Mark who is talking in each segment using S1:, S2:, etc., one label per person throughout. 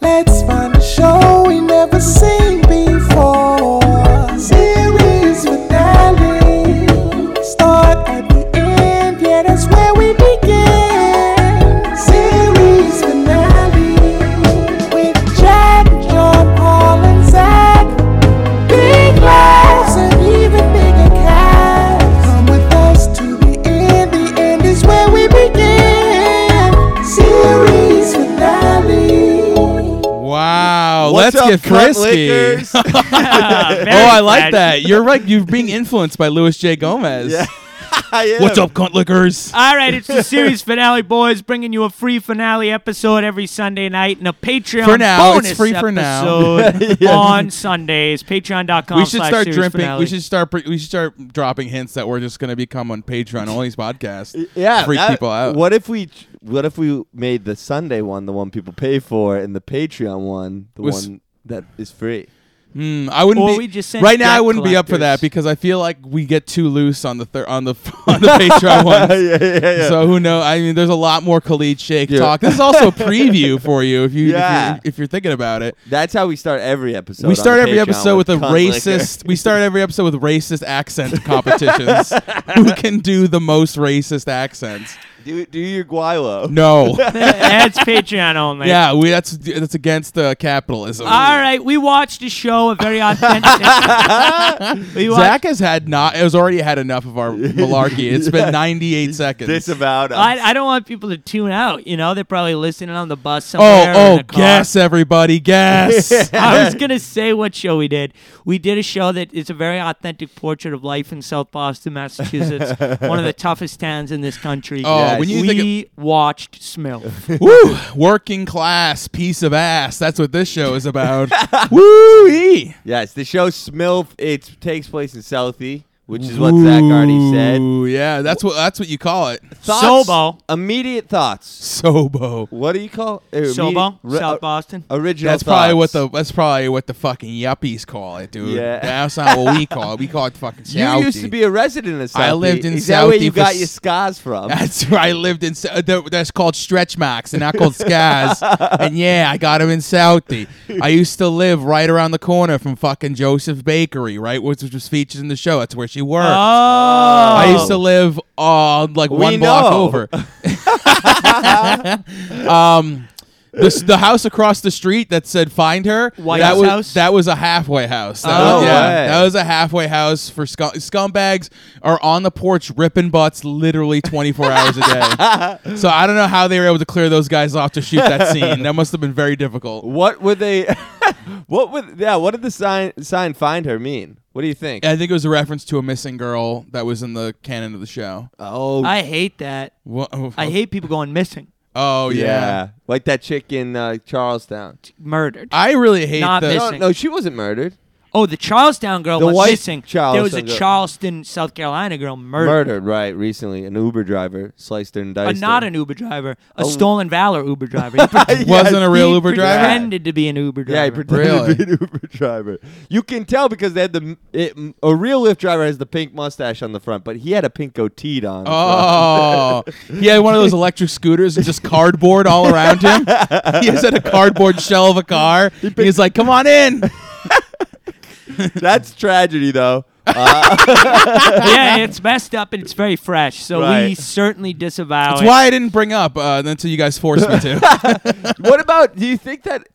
S1: Let's find a show we never seen before. Series finale. Start at the end, yeah, that's where we begin. Series finale with Jack, John, Paul, and Zach. Big laughs and even bigger cats. Come with us to the end. The end is where we begin. Series finale.
S2: Wow, Oh, let's
S3: What's up,
S2: get
S3: cunt
S2: frisky.
S3: lickers?
S2: oh, I like that. You're right. You're being influenced by Louis J. Gomez.
S3: Yeah. I am.
S2: What's up, cunt lickers?
S4: All right, it's the series finale, boys. Bringing you a free finale episode every Sunday night and a Patreon
S2: For now, it's
S4: bonus
S2: free for now.
S4: episode on Sundays. Patreon.com.
S2: we should
S4: slash
S2: start
S4: series
S2: dripping.
S4: finale.
S2: We should start. Pre- we should start dropping hints that we're just going to become on Patreon only's podcast.
S3: Yeah,
S2: freak
S3: that-
S2: people out.
S3: What if we what if we made the Sunday one the one people pay for and the Patreon one the
S2: Was-
S3: one that is free?
S2: Mm, I wouldn't
S4: Or
S2: be
S4: we just send
S2: right now. I
S4: debt
S2: wouldn't be up for that
S4: collectors.
S2: because I feel like we get too loose on the thir- on the on the Patreon ones.
S3: yeah, yeah, yeah.
S2: So who knows? I mean, there's a lot more Khalid Shake
S3: Yeah.
S2: talk. This is also a preview for you if you if
S3: Yeah.
S2: you're, if you're thinking about it.
S3: That's how we start every episode.
S2: we
S3: on
S2: start
S3: the
S2: every
S3: Patreon
S2: episode with a
S3: cunt licker.
S2: racist. We start every episode with racist accent competitions. who can do the most racist accents?
S3: Do, do your guilo.
S2: No.
S4: That's Patreon only.
S2: yeah, we that's that's against uh, capitalism.
S4: All right, we watched a show, a very authentic. we watched,
S2: Zach has had not has already had enough of our malarkey. It's been 98 seconds.
S3: This about us.
S4: I, I don't want people to tune out. You know, they're probably listening on the bus
S2: oh,
S4: somewhere. or in
S2: oh,
S4: the car.
S2: guess everybody, guess.
S4: I was gonna say what show we did. We did a show that is a very authentic portrait of life in South Boston, Massachusetts, one of the toughest towns in this country.
S2: Oh,
S3: Yes.
S2: when you
S4: we
S2: think
S4: watched Smilf.
S2: of, woo, working class piece of ass. That's what this show is about. woo
S3: yes, the show Smilf. It takes place in Southie, which is what Zach already said.
S2: Yeah, that's what that's what you call it.
S3: Thoughts?
S4: Sobo.
S3: Immediate thoughts.
S2: Sobo.
S3: What do you call? uh, immediate-
S4: Sobo,
S3: ri-
S4: South
S3: uh,
S4: Boston.
S3: Original.
S2: That's probably what
S3: thoughts.
S2: the that's probably what the fucking yuppies call it, dude.
S3: Yeah.
S2: That's not what we call it. We call it fucking
S3: You
S2: Southie.
S3: used to be a resident of Southie.
S2: I lived in
S3: Is that where
S2: Southie
S3: you
S2: for
S3: got
S2: s-
S3: your scars from?
S2: That's where I lived in. Sa- th- That's called stretch marks and not called scars. and yeah, I got them in Southie. I used to live right around the corner from fucking Joseph Bakery, right, which which was featured in the show. That's where she worked.
S4: Oh,
S2: I used to live on like
S3: We
S2: one block
S3: know.
S2: over. um, this, the house across the street that said "Find Her."
S4: White
S2: that was
S4: House?
S2: that was a halfway house. That,
S4: Oh,
S2: was, yeah,
S3: way.
S2: that was a halfway house for scum- scumbags are on the porch ripping butts literally twenty four hours a day. So I don't know how they were able to clear those guys off to shoot that scene. That must have been very difficult.
S3: What were they? what would? Yeah. What did the sign sign find her mean? What do you think?
S2: I think it was a reference to a missing girl that was in the canon of the show.
S3: oh,
S4: I hate that.
S2: Wha-
S4: I hate people going missing,
S2: Oh
S3: yeah.
S2: yeah.
S3: Like that chick in uh, Charlestown.
S4: murdered.
S2: I really hate
S4: Not
S2: the.
S4: missing.
S3: No, no, she wasn't murdered.
S4: oh, the Charlestown girl
S3: The
S4: was
S3: white
S4: missing. there was a
S3: Charlestown girl.
S4: Charleston, South Carolina girl murdered.
S3: Murdered, right? Recently, an Uber driver sliced her and
S4: Uh,
S3: diced.
S4: not
S3: her.
S4: an Uber driver, a stolen valor Uber driver. He pret-
S3: Yeah,
S2: wasn't a real
S4: he
S2: Uber driver.
S4: Pretended to be an Uber driver.
S3: Yeah, he pretended
S2: Really?
S3: to be an Uber driver. You can tell because they had the it, a real Lyft driver has the pink mustache on the front, but he had a pink goatee on.
S2: Oh, he had one of those electric scooters and just cardboard all around him. He just had a cardboard shell of a car. He's like, "Come on in." Oh.
S3: That's tragedy, though.
S4: yeah, it's messed up and it's very fresh. So we
S3: Right.
S4: certainly disavow
S2: That's
S4: it.
S2: why I didn't bring up uh, until you guys forced me to.
S3: what about? Do you think that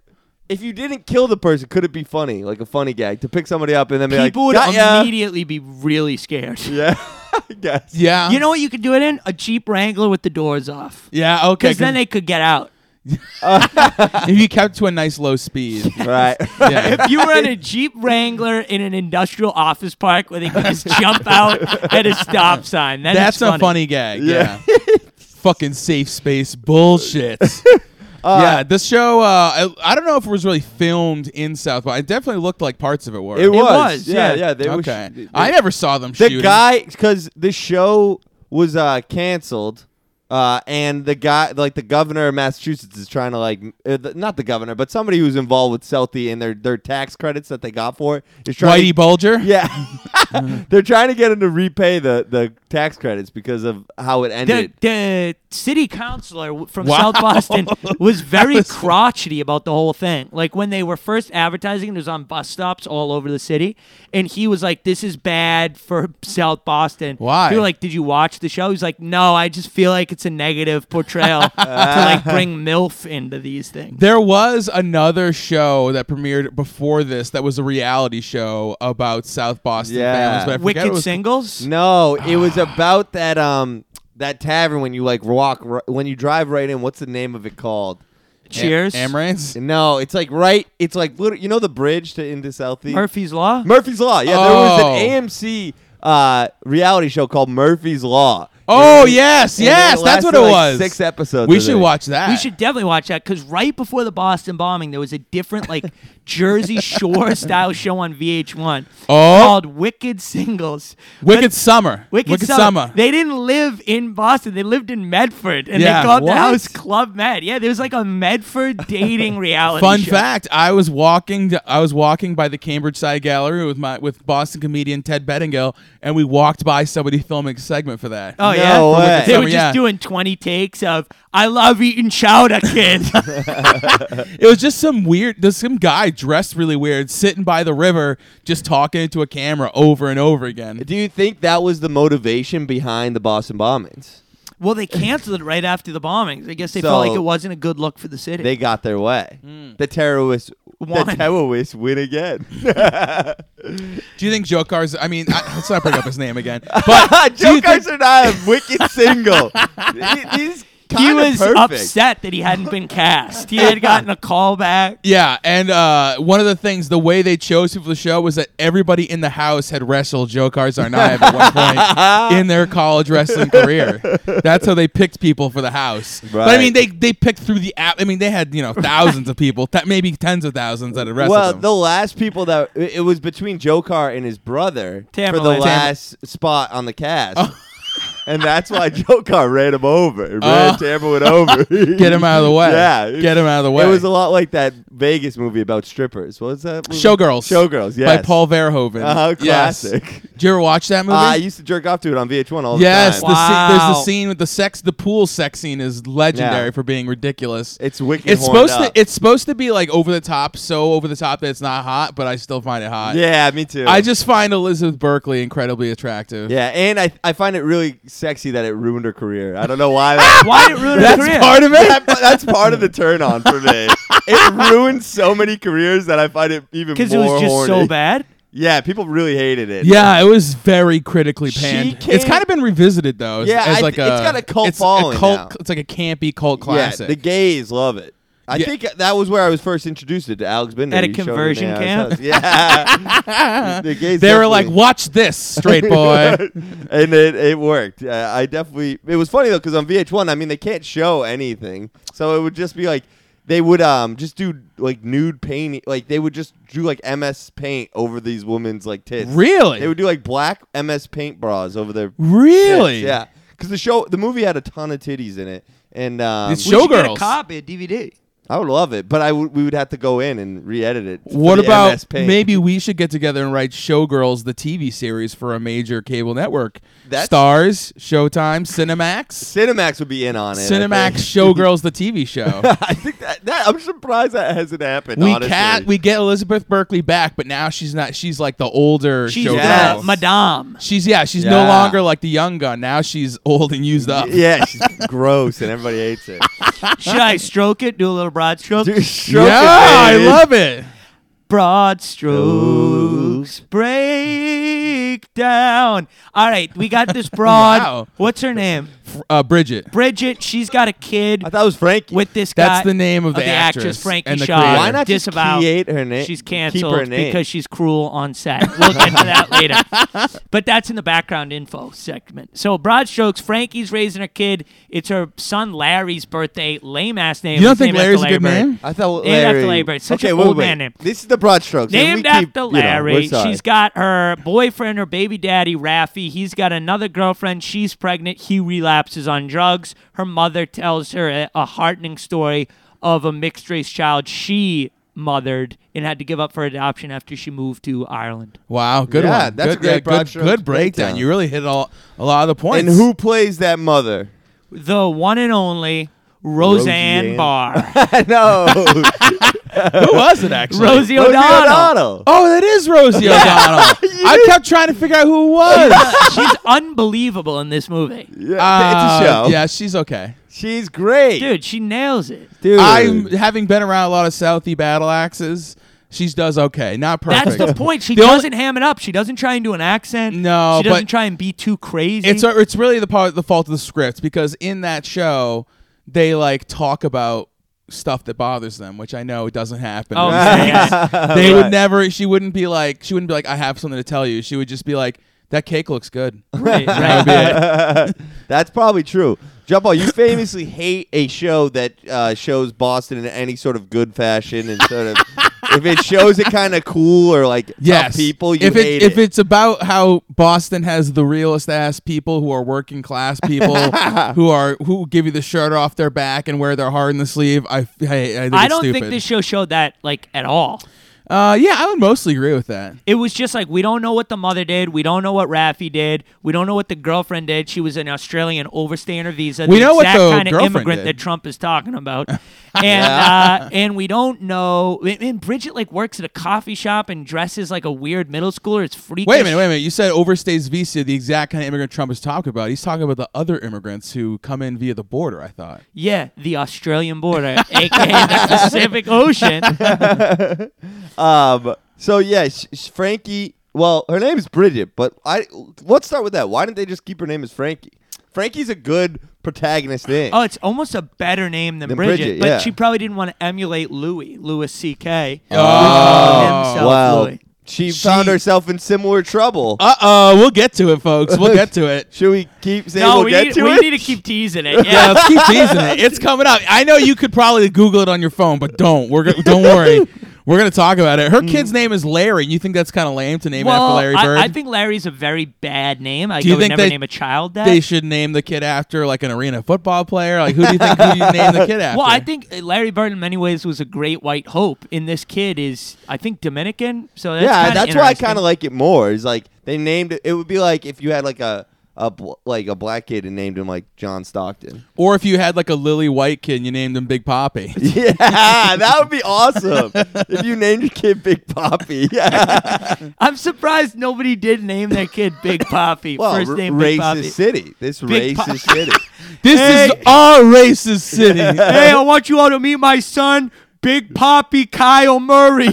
S3: if you didn't kill the person, could it be funny, like a funny gag, to pick somebody up and then be like,
S4: People would
S3: "Got ya."
S4: immediately be really scared.
S3: Yeah, I guess.
S2: Yeah,
S4: You know what you could do it in? A Jeep Wrangler with the doors off.
S2: Yeah, okay.
S4: Because then they could get out.
S2: if you kept to a nice low speed,
S3: Right.
S2: yeah.
S4: If you were in a Jeep Wrangler in an industrial office park where they could just jump out at a stop sign, then
S2: that's
S4: it's
S2: a funny gag. Yeah. Fucking safe space bullshit.
S3: Uh,
S2: yeah, this show. Uh, I, I don't know if it was really filmed in South, but it definitely looked like parts of it were.
S3: It was.
S4: was,
S3: Yeah,
S4: yeah.
S3: yeah. They were sh-
S2: okay,
S3: they-
S2: I never saw them.
S3: the
S2: shooting.
S3: guy, because the show was uh, canceled. Uh, and the guy, like the governor of Massachusetts, is trying to like, m- uh, the, not the governor, but somebody who's involved with Southie and their their tax credits that they got for it is trying.
S2: Whitey Bulger.
S3: to, yeah,
S2: Mm-hmm.
S3: They're trying to get him to repay the, the tax credits because of how it
S4: The,
S3: ended.
S4: the city councilor w- from
S2: Wow.
S4: South Boston was very
S2: was-
S4: crotchety about the whole thing. Like when they were first advertising, it was on bus stops all over the city, and he was like, "This is bad for South Boston."
S2: Why?
S4: They were like, "Did you watch the show?" He's like, "No, I just feel like it's a negative portrayal to like bring milf into these things."
S2: There was another show that premiered before this that was a reality show about South Boston
S3: Yeah.
S2: families, but I forget
S4: Wicked
S2: what it was
S4: singles.
S3: no, it was about that um that tavern when you like walk r- when you drive right in. What's the name of it called?
S4: Cheers.
S2: Am- Amaranth?
S3: No, it's like right. It's like literally, you know the bridge to into Southeast.
S4: Murphy's Law.
S3: Murphy's Law. Yeah, there
S2: Oh.
S3: was an AMC uh, reality show called Murphy's Law.
S2: Oh
S3: And-
S2: yes,
S3: and
S2: yes, that's what
S3: lasted
S2: it
S3: like
S2: was.
S3: Six episodes.
S2: We
S3: of
S2: should
S3: it.
S2: watch that.
S4: We should definitely watch that because right before the Boston bombing, there was a different like Jersey Shore style show on VH1
S2: Oh.
S4: called Wicked Singles.
S2: Wicked
S4: But-
S2: Summer.
S4: Wicked, Summer.
S2: Summer.
S4: They didn't live in Boston. They lived in Medford, and
S2: Yeah.
S4: they called
S2: What?
S4: the house Club Med. Yeah, there was like a Medford dating reality.
S2: Fun
S4: show.
S2: fact: I was walking. I was walking by the Cambridge Side Gallery with my with Boston comedian Ted Bettingill, and we walked by somebody filming a segment for that.
S4: Oh
S3: No
S4: yeah,
S3: way.
S4: they were just
S2: Yeah.
S4: doing twenty takes of "I love eating chowder, kid."
S2: It was just some weird. There's some guy dressed really weird, sitting by the river, just talking to a camera over and over again.
S3: Do you think that was the motivation behind the Boston bombings?
S4: well, they canceled it right after the bombings. I guess they
S3: So-
S4: felt like it wasn't a good look for the city.
S3: They got their way.
S2: Hmm.
S3: The terrorists.
S4: Won.
S3: The terrorists win again.
S2: Do you think Joe Cars? I mean, I, let's not bring up his name again. But do you
S3: Joe
S2: think,
S3: Carson and I are uh, wicked single. He- He's
S4: he
S3: kinda
S4: was
S3: perfect.
S4: upset that he hadn't been cast. He had gotten a call back.
S2: yeah, and uh, one of the things, the way they chose people for the show was that everybody in the house had wrestled Joe Karzarnaev at one point in their college wrestling career. That's how they picked people for the house. But I
S3: Right.
S2: mean, they they picked through the app. I mean, they had you know thousands of people, th- maybe tens of thousands that had wrestled.
S3: Well,
S2: them.
S3: the last people that it it was between Jokar and his brother for the
S4: Tamerlan.
S3: last spot on the cast. And that's why Jokar ran him over. Ran
S2: Oh.
S3: Tamerlan over.
S2: Get him out of the way.
S3: Yeah.
S2: Get him out of the way.
S3: It was a lot like that Vegas movie about strippers. What was that? movie?
S2: Showgirls.
S3: Showgirls, yes.
S2: By Paul Verhoeven.
S3: Uh-huh,
S2: Yes.
S3: classic.
S2: Did you ever watch that movie?
S3: Uh, I used to jerk off to it on VH1 all
S2: yes.
S3: the
S2: The
S3: time.
S4: Wow.
S2: scene- there's the scene with the sex. The pool sex scene is legendary
S3: Yeah.
S2: for being ridiculous.
S3: It's wicked.
S2: it's
S3: horned
S2: supposed
S3: up.
S2: to. It's supposed to be like over the top, so over the top that it's not hot, but I still find it hot.
S3: yeah, me too.
S2: I just find Elizabeth Berkley incredibly attractive.
S3: Yeah, and I, I find it really sexy that it ruined her career. I don't know why. That,
S4: Why did it ruin his
S2: That's
S4: career?
S2: part of it.
S3: that- that's part of the turn on for me. it ruined so many careers that I find it even more
S4: Because it was just
S3: horny.
S4: so bad.
S3: Yeah, people really hated it.
S2: Yeah, it was very critically
S3: She
S2: panned.
S3: came-
S2: It's kind of been revisited though. as-
S3: Yeah,
S2: as
S3: I
S2: like
S3: th- it's
S2: a-
S3: got a cult
S2: it's
S3: following
S2: cult,
S3: now.
S2: It's like a campy cult
S3: yeah,
S2: classic.
S3: the gays love it. I
S2: Yeah.
S3: think that was where I was first introduced to Alex Binder
S4: At a
S3: He showed me
S4: conversion
S3: Naomi's
S4: camp?
S3: house. Yeah, the gays.
S2: they were like,
S3: definitely-
S2: "Watch this, straight boy."
S3: and it, it worked. Uh, I definitely. It was funny though because on VH1, I mean, they can't show anything, so it would just be like they would um just do like nude painting, like they would just do like MS Paint over these women's like tits.
S2: Really?
S3: They would do like black MS Paint bras over their tits,
S2: Really?
S3: yeah. Because the show, the movie had a ton of titties in it, and um,
S2: It's
S4: We should get a
S2: Showgirls.
S4: copy, a DVD.
S3: I would love it, but I would we would have to go in and re-edit it. for
S2: What
S3: the
S2: about
S3: MS Paint.
S2: maybe we should get together and write Showgirls, the TV series for a major cable network?
S3: That's-
S2: Stars, Showtime, Cinemax.
S3: Cinemax would be in on it? I
S2: Cinemax
S3: think.
S2: Showgirls, the TV show.
S3: I think that, that I'm surprised that hasn't happened.
S2: we
S3: honestly.
S2: cat we get Elizabeth Berkley back, but now she's not. She's like the older
S4: She's
S2: showgirl.
S3: Yes.
S4: uh, Madame.
S2: She's yeah. She's
S3: Yeah.
S2: no longer like the young gun. Now she's old and used up.
S3: Yeah, she's gross and everybody hates it.
S4: Should I stroke it? Do a little broad stroke?
S3: Dude, stroke
S2: Yeah,
S3: it,
S2: I
S3: baby.
S2: love it.
S4: broad strokes break down. All right, we got this broad.
S2: Wow.
S4: What's her name?
S2: F- Uh, Bridget.
S4: Bridget. She's got a kid
S3: I thought it was Frankie.
S4: with this guy.
S2: That's the name of,
S4: of the actress, Frankie
S2: and the
S4: Shaw.
S2: creator.
S3: Why not just
S4: Disavow.
S3: create her name?
S4: She's
S3: Keep her
S4: canceled
S3: name.
S4: because she's cruel on set. We'll get to that later. But that's in the background info segment. So broad strokes, Frankie's raising her kid. It's her son Larry's birthday. Lame ass name.
S2: You don't
S4: It's
S2: think
S4: named after
S2: Larry's a good
S4: Larry Bird.
S2: name?
S3: I thought
S4: Named
S3: Larry.
S4: after Larry Bird. Such
S3: okay,
S4: an
S3: wait,
S4: old
S3: wait.
S4: man name.
S3: This is the broad strokes. and
S4: Named
S3: we keep,
S4: after
S3: you know,
S4: Larry.
S3: we're sorry.
S4: she's got her boyfriend, her baby daddy, Raffy. He's got another girlfriend. She's pregnant. He relapses on drugs. Her mother tells her a, a heartening story of a mixed race child she mothered and had to give up for adoption after she moved to Ireland.
S2: Wow, good
S3: Yeah,
S2: one.
S3: that's a
S2: good,
S3: great broad
S2: good,
S3: strokes
S2: good breakdown.
S3: breakdown.
S2: You really hit all a lot of the points.
S3: And who plays that mother?
S4: The one and only
S3: Roseanne.
S4: Roseanne, Barr.
S3: no,
S2: who was it actually?
S4: Rosie
S3: Rosie
S4: O'Donnell.
S3: O'Donnell.
S2: Oh, that is Rosie O'Donnell. I kept trying to figure out who it was.
S4: She's unbelievable in this movie.
S3: Yeah,
S2: Uh,
S3: it's a show.
S2: Yeah, she's okay.
S3: She's great,
S4: Dude, she nails it.
S3: Dude.
S2: I'm having been around a lot of Southie battle axes. She does okay, not
S4: That's
S2: perfect.
S4: the point. She
S2: The only-
S4: doesn't ham it up. She doesn't try and do an accent.
S2: No,
S4: she doesn't
S2: but-
S4: try and be too crazy.
S2: it's it's really the part the fault of the script because in that show they like talk about stuff that bothers them, which I know doesn't happen.
S4: oh, thanks.
S2: they
S3: Right.
S2: would never. She wouldn't be like. She wouldn't be like. I have something to tell you. She would just be like, "That cake looks good."
S4: right,
S2: That would
S4: right.
S2: be it.
S3: That's probably true. Jump ball, you famously hate a show that uh, shows Boston in any sort of good fashion and sort of if it shows it kind of cool or like tough
S2: Yes,
S3: people you
S2: if
S3: hate
S2: if it's about how Boston has the realest ass people who are working class people who are who give you the shirt off their back and wear their heart in the sleeve, I I, I think
S4: I
S2: it's
S4: don't
S2: stupid.
S4: think this show showed that like at all.
S2: uh, yeah, I would mostly agree with that.
S4: It was just like we don't know what the mother did, we don't know what Rafi did, we don't know what the girlfriend did. She was an Australian overstaying her visa.
S2: We
S4: the
S2: know what
S4: exact
S2: the
S4: kind of
S2: girlfriend
S4: immigrant
S2: did.
S4: that Trump is talking about, and uh, and we don't know. And and Bridget like works at a coffee shop and dresses like a weird middle schooler. It's freakish.
S2: Wait a minute, wait a minute. You said overstays visa, the exact kind of immigrant Trump is talking about. He's talking about the other immigrants who come in via the border. I thought.
S4: Yeah, the Australian border, aka the Pacific Ocean.
S3: um, so yeah, sh- sh- Frankie. Well, her name is Bridget, but I let's start with that. Why didn't they just keep her name as Frankie? Frankie's a good protagonist name.
S4: Oh, it's almost a better name than
S3: Than
S4: Bridget,
S3: Bridget,
S4: but
S3: yeah.
S4: she probably didn't want to emulate Louis, Louis C.K. Oh,
S3: wow. She, found
S2: She-
S3: herself in similar trouble.
S2: Uh oh, we'll get to it, folks. We'll get to it.
S3: Should we keep saying
S4: No,
S3: we'll
S4: we,
S3: get
S4: need,
S3: to
S4: we
S3: it?
S4: need to keep teasing it.
S2: Yeah,
S4: Yeah.
S2: let's keep teasing it. It's coming up. I know you could probably Google it on your phone, but don't. We're go- don't worry. We're gonna talk about it. Her kid's name is Larry. You think that's kind of lame to name it
S4: well,
S2: after Larry Bird?
S4: I, I think Larry's a very bad name. I,
S2: Do you
S4: I would
S2: think
S4: never
S2: they-
S4: name a child that.
S2: they should name the kid after like an arena football player. Like who do you think who do you name the kid after?
S4: well, I think uh, Larry Bird in many ways was a great white hope, and this kid is, I think, Dominican. So that's
S3: yeah,
S4: kinda
S3: that's why I
S4: interesting.
S3: kind of like it more. Is like they named it. It would be like if you had like a a bl- like a black kid and named him like John Stockton.
S2: Or if you had like a Lily White kid, and you named him Big Poppy.
S3: Yeah, that would be awesome if you named your kid Big Poppy. Yeah,
S4: I'm surprised nobody did name their kid Big Poppy.
S3: well,
S4: First
S3: r-
S4: name
S3: racist
S4: Big Poppy.
S3: city. This
S4: Big Pop-
S3: racist city.
S2: This is our racist city.
S4: hey, I want you all to meet my son, Big Poppy Kyle Murray.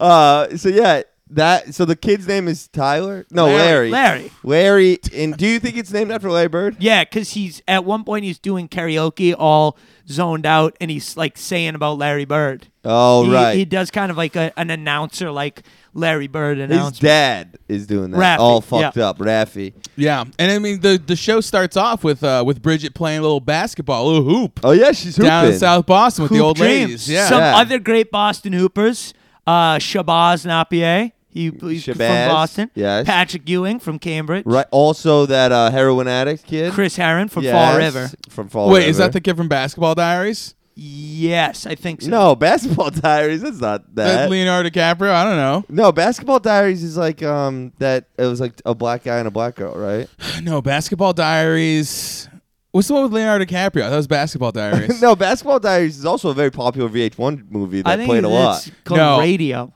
S3: Uh, so yeah, that. So the kid's name is Tyler. No, Larry.
S4: Larry. Larry.
S3: Larry. And do you think it's named after Larry Bird?
S4: yeah, because he's at one point he's doing karaoke, all zoned out, and he's like saying about Larry Bird.
S3: Oh,
S4: he,
S3: right.
S4: He does kind of like a, an announcer, like Larry Bird
S3: His
S4: announcement.
S3: dad is doing that.
S4: Raffy,
S3: All fucked
S4: yeah.
S3: up, Raffy.
S2: Yeah, and I mean the the show starts off with uh with Bridget playing a little basketball, a little hoop
S3: Oh yeah, she's hooping.
S2: down in South Boston with the
S4: Hoop
S2: old
S4: dreams.
S2: ladies. Yeah,
S4: Some
S3: Yeah.
S4: other great Boston Hoopers, uh, Shabazz Napier. He, he's from
S3: Shabazz,
S4: Boston.
S3: yes.
S4: Patrick Ewing from Cambridge.
S3: Right. Also, that uh, heroin addict kid.
S4: Chris Heron from
S3: Yes,
S4: Fall River.
S3: From Fall
S2: Wait,
S3: River.
S2: is that the kid from Basketball Diaries?
S4: Yes, I think so.
S3: No, Basketball Diaries. That's not
S2: That
S3: that.
S2: Leonardo DiCaprio? I don't know.
S3: no, Basketball Diaries is like um that. It was like a black guy and a black girl, right?
S2: No, Basketball Diaries. What's the one with Leonardo DiCaprio? That was Basketball Diaries.
S3: no, Basketball Diaries is also a very popular VH1 movie
S4: I
S3: that
S4: think
S3: played a lot.
S4: it's called
S2: No.
S4: Radio.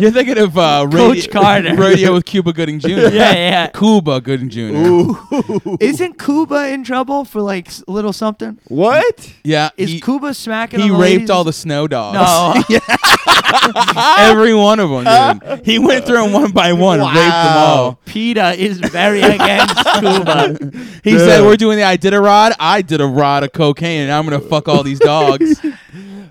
S2: You're thinking of uh, radio,
S4: Coach Carter.
S2: Radio with Cuba Gooding Jr.
S4: Yeah, yeah.
S2: Cuba Gooding Jr.
S4: Isn't Cuba in trouble for like s- little something?
S3: What?
S2: Yeah,
S4: Is
S2: he,
S4: Cuba smacking?
S2: he
S4: on
S2: raped
S4: ladies?
S2: all the snow dogs.
S4: No,
S2: Every one of them. Dude. He went through them one by one, and raped them all.
S4: PETA is very against
S3: Oh.
S4: Cuba.
S2: He said, "We're doing the I did a rod. I did a rod of cocaine, and I'm gonna fuck all these dogs."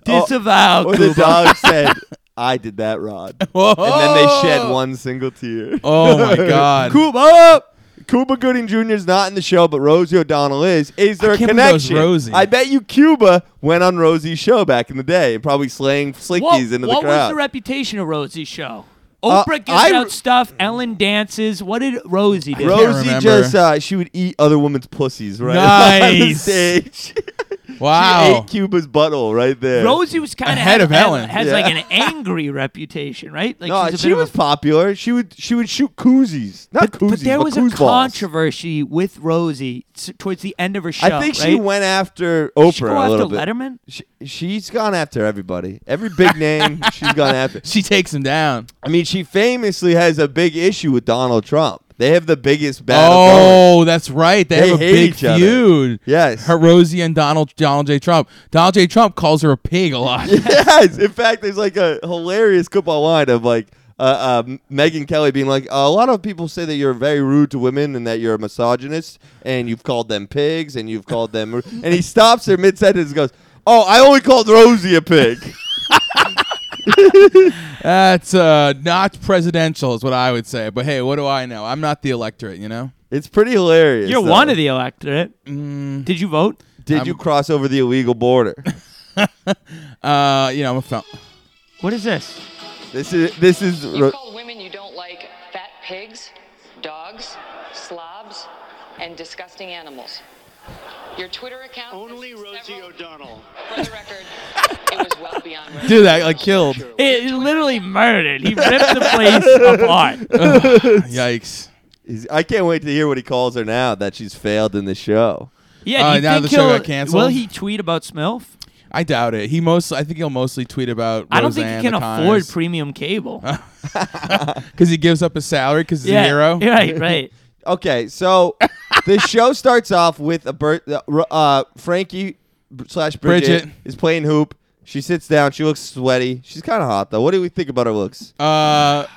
S4: Disavow
S3: Or
S4: Cuba.
S3: the dog said, "I did that, Rod," and
S2: Whoa.
S3: then they
S4: Oh!
S3: shed one single tear.
S2: Oh my god.
S3: Cuba. Cuba Gooding Jr. is not in the show, but Rosie O'Donnell is. Is there
S2: I
S3: a
S2: can't believe that was
S3: connection?
S2: Rosie.
S3: I bet you Cuba went on Rosie's show back in the day and probably slaying slinkies
S4: What,
S3: into
S4: what
S3: the crowd.
S4: was the reputation of Rosie's show?
S3: Uh,
S4: Oprah gives
S3: I-
S4: out stuff. Ellen dances. What did Rosie do?
S2: Ro- can't
S3: Rosie
S2: remember.
S3: just uh, she would eat other women's pussies right on the
S2: Nice.
S3: stage. She
S2: Wow.
S3: ate Cuba's butthole right there.
S4: Rosie was kind of
S2: Ahead of Ellen.
S4: Has
S3: Yeah.
S4: like an angry reputation, right? Like
S3: no,
S4: she's a
S3: she
S4: bit
S3: was
S4: Of a,
S3: popular. She would she would shoot koozies, not
S4: but,
S3: koozies,
S4: but there was a
S3: kooz balls.
S4: controversy with Rosie s- towards the end of her show.
S3: I think she
S4: right?
S3: went after
S4: Did
S3: Oprah
S4: she go
S3: a
S4: after
S3: little bit.
S4: Letterman.
S3: She, she's gone after everybody. Every big name, she's gone after.
S2: She takes him down.
S3: I mean, she famously has a big issue with Donald Trump. They have the biggest battle. going.
S2: Oh, that's right. They,
S3: They
S2: have a
S3: hate
S2: big
S3: each other.
S2: feud.
S3: Yes.
S2: Her Rosie and Donald Donald J. Trump. Donald J. Trump calls her a pig a lot.
S3: yes. In fact, there's like a hilarious clip online of like uh, uh, Megan Kelly being like, a lot of people say that you're very rude to women and that you're a misogynist and you've called them pigs and you've called them. ru-" And he stops her mid sentence and goes, Oh, I only called Rosie a pig.
S2: That's uh, not presidential, is what I would say. But hey, what do I know? I'm not the electorate, you know.
S3: It's pretty hilarious.
S4: You're
S3: though.
S4: one of the electorate.
S3: Mm.
S4: Did you vote?
S3: Did
S2: I'm-
S3: you cross over the illegal border?
S2: Uh, you know, I'm a fel-
S4: What is this?
S3: this is this is
S5: You
S3: Ro-
S5: call women you don't like fat pigs, dogs, slobs, and disgusting animals. Your Twitter account.
S6: Only
S5: lists
S6: Rosie
S5: several-
S6: O'Donnell.
S5: For the record, it was well beyond. Rosie
S2: dude. I like
S5: O'Donnell.
S2: killed.
S4: It, it literally murdered. He ripped the place apart.
S2: Yikes.
S3: He's- I can't wait to hear what he calls her now that she's failed in the show.
S4: Yeah,
S2: Uh,
S4: do you
S2: now
S4: think
S2: the show
S4: he'll-
S2: got canceled?
S4: Will he tweet about Smilf?
S2: I doubt it. He most. I think he'll mostly tweet about.
S4: I don't think
S2: Roseanne,
S4: he can
S2: the
S4: afford
S2: Conners,
S4: premium cable.
S2: because he gives up his salary because he's a hero.
S4: Right, right.
S3: Okay, so the show starts off with a bir- uh, Ro- uh, Frankie b- slash Bridget,
S2: Bridget.
S3: is playing hoop. She sits down. She looks sweaty. She's kind of hot though. What do we think about her looks?
S2: Uh,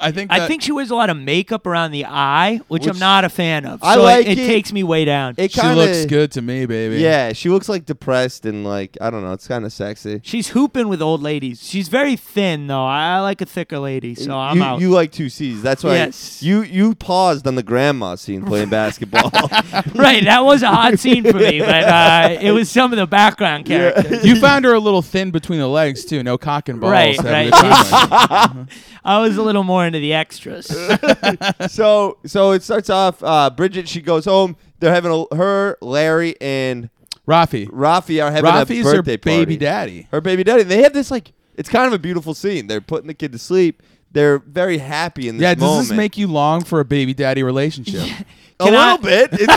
S2: I think.
S4: I
S2: that-
S4: think she wears a lot of makeup around the eye, which,
S3: Which-
S4: I'm not a fan of. So
S3: I like
S4: it,
S3: it.
S4: takes me way down.
S3: It
S2: she
S3: kinda,
S2: looks good to me, baby.
S3: Yeah, she looks like depressed and like I don't know. It's kind of sexy.
S4: She's hooping with old ladies. She's very thin though. I like a thicker lady, so I'm
S3: you,
S4: out.
S3: you like two C's. That's why
S4: Yes.
S3: you you paused on the grandma scene playing basketball.
S4: right, that was a hot scene for me, but uh, it was some of the background characters.
S2: You found her a little thin between the legs too. No cock and balls.
S4: Right,
S2: having
S4: right.
S2: a good time.
S4: I was a little more into the extras.
S3: so so it starts off. Uh, Bridget she goes home. They're having a, her Larry and
S2: Rafi.
S3: Rafi are having
S2: Rafi's
S3: a
S2: her
S3: birthday party.
S2: baby daddy.
S3: Her baby daddy. They have this like it's kind of a beautiful scene. They're putting the kid to sleep. They're very happy in this
S2: Yeah, does
S3: moment.
S2: this make you long for a baby daddy relationship?
S3: a
S4: Can
S3: little
S4: I-
S3: bit? It's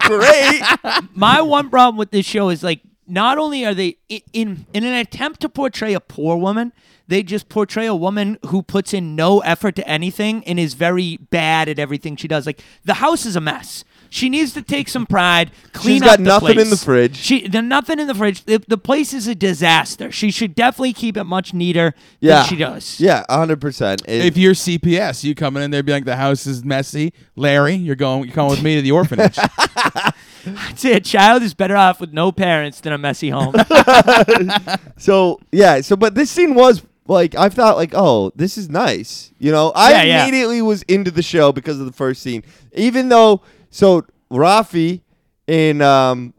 S3: of great.
S4: My one problem with this show is like not only are they i- in in an attempt to portray a poor woman, they just portray a woman who puts in no effort to anything and is very bad at everything she does. Like the house is a mess. She needs to take some pride. Clean
S3: got
S4: up the
S3: nothing in
S4: place.
S3: the fridge.
S4: She the nothing in the fridge. The, the place is a disaster. She should definitely keep it much neater
S3: Yeah,
S4: than she does.
S3: Yeah, hundred percent.
S2: if you're CPS, you coming in there be like the house is messy. Larry, you're going you're coming with me to the orphanage.
S4: That's it. Child is better off with no parents than a messy home.
S3: So yeah, so but this scene was like I thought like oh this is nice, you know. I
S4: Yeah, yeah.
S3: immediately was into the show because of the first scene, even though so Rafi and um,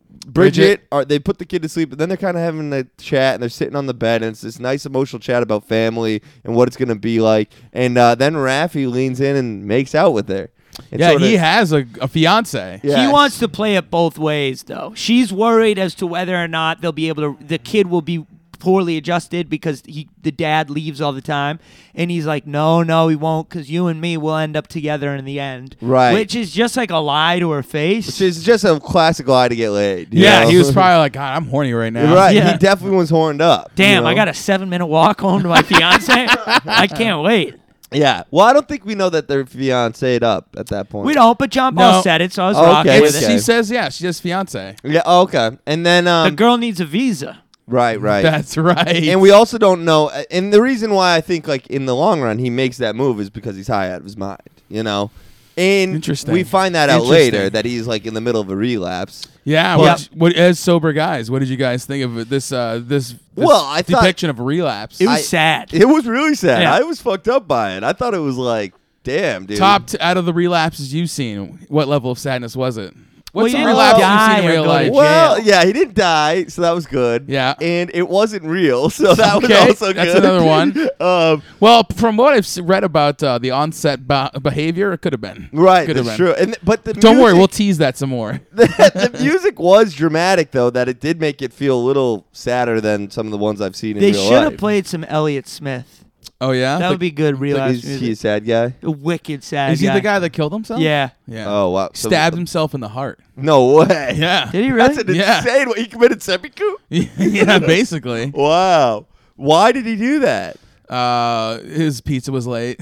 S2: Bridget.
S3: Bridget, are they put the kid to sleep, and then they're kind of having a chat and they're sitting on the bed and it's this nice emotional chat about family and what it's gonna be like, and uh, then Rafi leans in and makes out with her. And
S2: yeah,
S3: sorta-
S2: he has a, a fiance.
S3: Yes.
S4: He wants to play it both ways, though. She's worried as to whether or not they'll be able to. The kid will be poorly adjusted because he, the dad leaves all the time, and he's like, "No, no, he won't, because you and me will end up together in the end."
S3: Right.
S4: Which is just like a lie to her face.
S3: It's just a classic lie to get laid. you
S2: Yeah,
S3: know?
S2: he was probably like, God, I'm horny right now.
S3: right.
S4: Yeah.
S3: He definitely was horned up. you
S4: Damn, I
S3: know?
S4: got a seven-minute walk home to my fiance. I can't wait.
S3: Yeah. Well, I don't think we know that they're fiancéd up at that point.
S4: We don't, but John Paul
S2: No.
S4: said it, so I was
S3: Okay.
S4: rocking
S2: It's-
S4: with
S3: Okay.
S4: it.
S2: She says, yeah, she has fiance.
S3: Yeah. oh, okay. And then um.
S4: The girl needs a visa.
S3: right. Right.
S2: That's right.
S3: and we also don't know. uh, And the reason why I think like in the long run he makes that move is because he's high out of his mind. You know. And
S2: Interesting.
S3: we find that out
S2: Interesting.
S3: later that he's like in the middle of a relapse.
S2: yeah,
S3: Well-
S2: what, what as sober guys, what did you guys think of this uh this, this
S3: Well, I thought-
S2: depiction of relapse?
S4: It was
S3: I-
S4: sad.
S3: It was really sad.
S4: Yeah.
S3: I was fucked up by it. I thought it was like, damn, dude.
S2: Top t- out of the relapses you've seen, what level of sadness was it? What's
S4: Well,
S2: a
S4: you
S2: relapse you
S4: die
S2: see in
S4: or
S2: real
S4: go to
S2: life?
S4: jail.
S3: Well, yeah, he didn't die, so that was good.
S2: Yeah.
S3: and it wasn't real, so that was
S2: Okay,
S3: also good.
S2: that's another one.
S3: um,
S2: Well, from what I've s- read about uh, the onset ba- behavior, it could have been
S3: right,
S2: Could have
S3: that's
S2: been.
S3: true. And th- but the
S2: Don't worry,
S3: music-
S2: we'll tease that some more.
S3: the, the music was dramatic though that it did make it feel a little sadder than some of the ones I've seen in
S4: They
S3: real
S4: should have
S3: life.
S4: played some Elliott Smith.
S2: Oh yeah,
S4: That
S2: The-
S4: would be good. Real
S3: Like,
S4: life
S3: is he a
S4: music.
S3: sad guy?
S4: A wicked sad.
S2: Is he the guy that killed himself?
S4: Yeah.
S2: Yeah.
S3: Oh wow! So-
S2: Stabbed himself in the heart.
S3: No way!
S2: Yeah.
S4: Did he really?
S3: That's an
S2: Yeah.
S3: insane way. He committed seppuku.
S2: yeah, basically.
S3: Wow! Why did he do that?
S2: Uh, his pizza was late.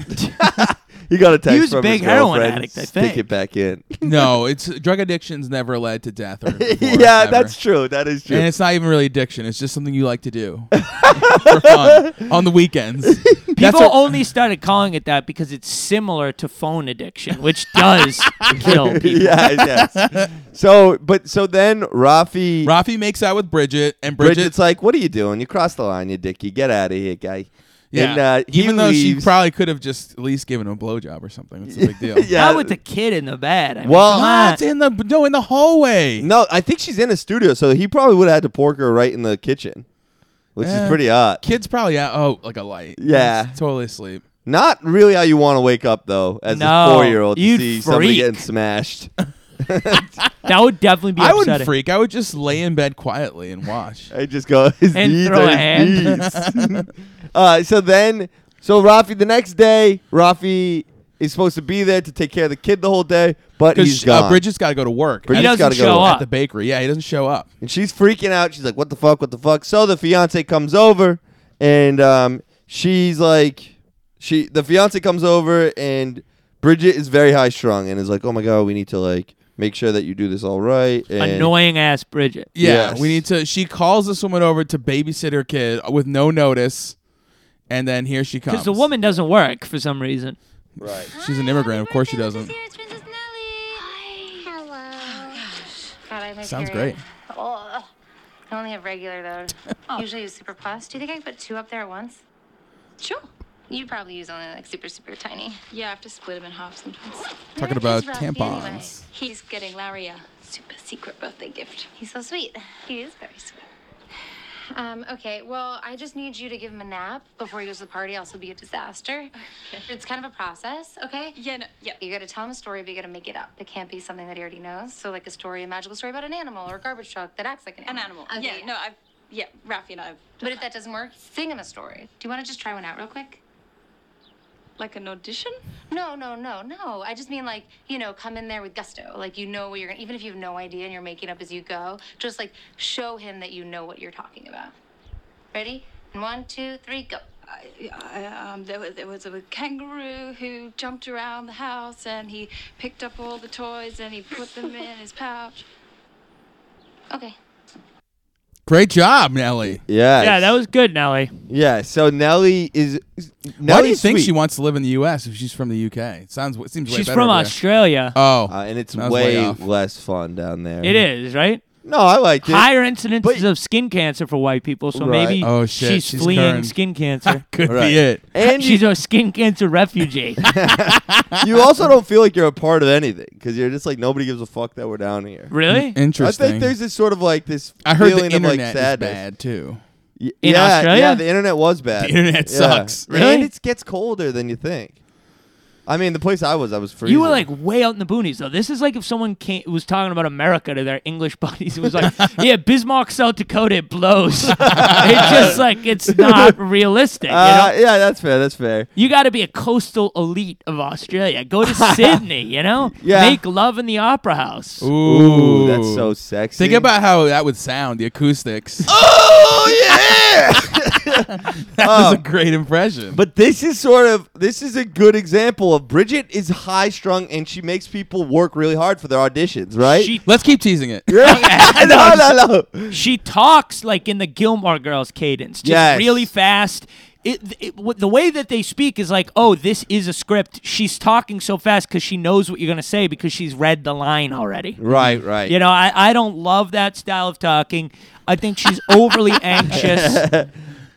S3: He got a text
S4: was a
S3: from his
S4: big heroin
S3: girlfriend,
S4: addict, I
S3: Stick
S4: think.
S3: it back in.
S2: No, it's drug addiction's never led to death. Or divorce,
S3: yeah,
S2: ever.
S3: that's true. That is true.
S2: And it's not even really addiction. It's just something you like to do for fun on the weekends. That's
S4: People
S2: what-
S4: only started calling it that because it's similar to phone addiction, which does kill people.
S3: yeah, yes. So, but so then Rafi,
S2: Rafi makes out with Bridget, and Bridget,
S3: Bridget's like, "What are you doing? You crossed the line, you dicky. Get out of here, guy."
S2: yeah,
S3: And, uh, he
S2: even though she
S3: leaves.
S2: probably could have just at least given him a blowjob or something. It's a big deal.
S3: yeah,
S4: Not with the kid in the bed. I mean,
S3: Well-
S4: come on.
S2: Not in the no in the hallway.
S3: No, I think she's in a studio, so he probably would have had to pork her right in the kitchen, which
S2: Eh.
S3: is pretty odd.
S2: Kid's probably out. Oh, like a light.
S3: Yeah.
S2: He's totally asleep.
S3: Not really how you want to wake up though, as
S4: No,
S3: a four-year-old to
S4: you'd
S3: see somebody
S4: freak.
S3: getting smashed.
S4: that would definitely be
S2: I
S4: upsetting.
S2: wouldn't freak. I would just lay in bed quietly and watch.
S3: I just go his
S4: And
S3: knees
S4: throw
S3: are
S4: a
S3: his
S4: hand.
S3: knees. uh, so then, so Rafi the next day, Rafi is supposed to be there to take care of the kid the whole day, but he's
S2: Because
S3: gone.
S2: uh, Bridget's got to go to work.
S3: Bridget's
S4: He doesn't
S3: gotta go
S4: show
S3: to-
S2: at
S4: up.
S2: the bakery. Yeah, he doesn't show up.
S3: And she's freaking out. She's like, "What the fuck? What the fuck?" So the fiance comes over, and um, she's like, "She." The fiance comes over, and Bridget is very high strung and is like, "Oh my god, we need to like make sure that you do this all right." And
S4: Annoying ass Bridget.
S2: Yeah,
S3: Yes.
S2: we need to. She calls this woman over to babysit her kid with no notice, and then here she comes.
S4: Because the woman doesn't work for some reason.
S3: Right.
S2: she's an immigrant. Of course she doesn't.
S6: It's Princess Nelly. Hello.
S5: Oh, God, I'm
S2: Sounds great.
S5: Hyperion.
S2: Oh.
S6: Oh,
S5: I only have regular though. Usually use super plus. Do you think I can put two up there at once?
S6: sure.
S5: You probably use only like super super tiny.
S6: Yeah, I have to split him in half sometimes.
S2: Talking about tampons.
S6: He's getting Larry a super secret birthday gift.
S5: He's so sweet.
S6: He is very sweet.
S5: Um, okay, well, I just need you to give him a nap before he goes to the party, else it'll be a disaster. It's kind of a process, okay?
S6: Yeah, no, yeah.
S5: You gotta tell him a story, but you gotta make it up. It can't be something that he already knows. So, like a story, a magical story about an animal or a garbage truck that acts like an
S6: An
S5: animal.
S6: animal.
S5: Okay.
S6: Yeah, no, I've, yeah, Raffi and I have,
S5: But if that doesn't work, sing him a story. Do you wanna just try one out real quick?
S6: like an audition?
S5: No, no, no, no. I just mean like, you know, come in there with gusto. Like you know what you're gonna even if you have no idea and you're making up as you go, just like show him that you know what you're talking about. Ready? And one, two, three, go.
S6: I, I, um, there was there was a kangaroo who jumped around the house, and he picked up all the toys, and he put them in his pouch.
S5: Okay.
S2: Great job, Nelly.
S3: Yeah.
S4: Yeah, that was good, Nelly.
S3: Yeah. So Nelly is. is-
S2: Why do you
S3: Nelly's
S2: think
S3: sweet.
S2: she wants to live in the U.S. if she's from the U.K.? Sounds it seems way
S4: She's
S2: better
S4: from
S2: over there.
S4: Australia.
S2: Oh,
S3: Uh, and it's
S2: that was
S3: way,
S2: off.
S3: less fun down there.
S4: it is, right?
S3: No, I liked it.
S4: Higher incidences
S3: but-
S4: of skin cancer for white people, so
S3: Right.
S4: maybe
S2: Oh, shit,
S4: she's,
S2: she's
S4: fleeing
S2: current.
S4: skin cancer.
S2: could
S3: Right.
S2: be it.
S3: And
S4: she's
S3: you,
S4: a skin cancer refugee.
S3: you also don't feel like you're a part of anything because you're just like nobody gives a fuck that we're down here.
S4: really?
S2: Interesting.
S3: I think there's this sort of like this
S2: I heard the
S3: feeling of
S2: internet
S3: like
S2: is
S3: sadness.
S2: bad too.
S3: Y-
S4: In
S3: yeah,
S4: Australia?
S3: yeah, the internet was bad.
S2: The internet
S3: Yeah.
S2: sucks.
S3: And
S4: Really?
S3: it gets colder than you think. I mean, the place I was, I was freezing. Uh,
S4: You were like way out in the boonies, though. This is like if someone came, was talking about America to their English buddies. It was like, yeah, Bismarck, South Dakota, it blows. it's just like it's not realistic. You,
S3: uh,
S4: know?
S3: yeah, that's fair. That's fair.
S4: you got to be a coastal elite of Australia. Go to Sydney, you know.
S3: Yeah.
S4: Make love in the opera house.
S3: Ooh, that's so sexy.
S2: Think about how that would sound. The acoustics.
S3: Oh yeah. Um,
S2: that was a great impression.
S3: Uh-huh. But this is sort of this is a good example of Bridget is high strung and she makes people work really hard for their auditions, right?
S4: She
S2: let's keep teasing it.
S3: no, no, no.
S4: she talks like in the Gilmore Girls cadence, just
S3: Yes.
S4: really fast. It, it, w- the way that they speak is like, oh, this is a script. She's talking so fast because she knows what you're gonna say because she's read the line already.
S3: Right, right.
S4: You know, I, I don't love that style of talking. I think she's overly anxious.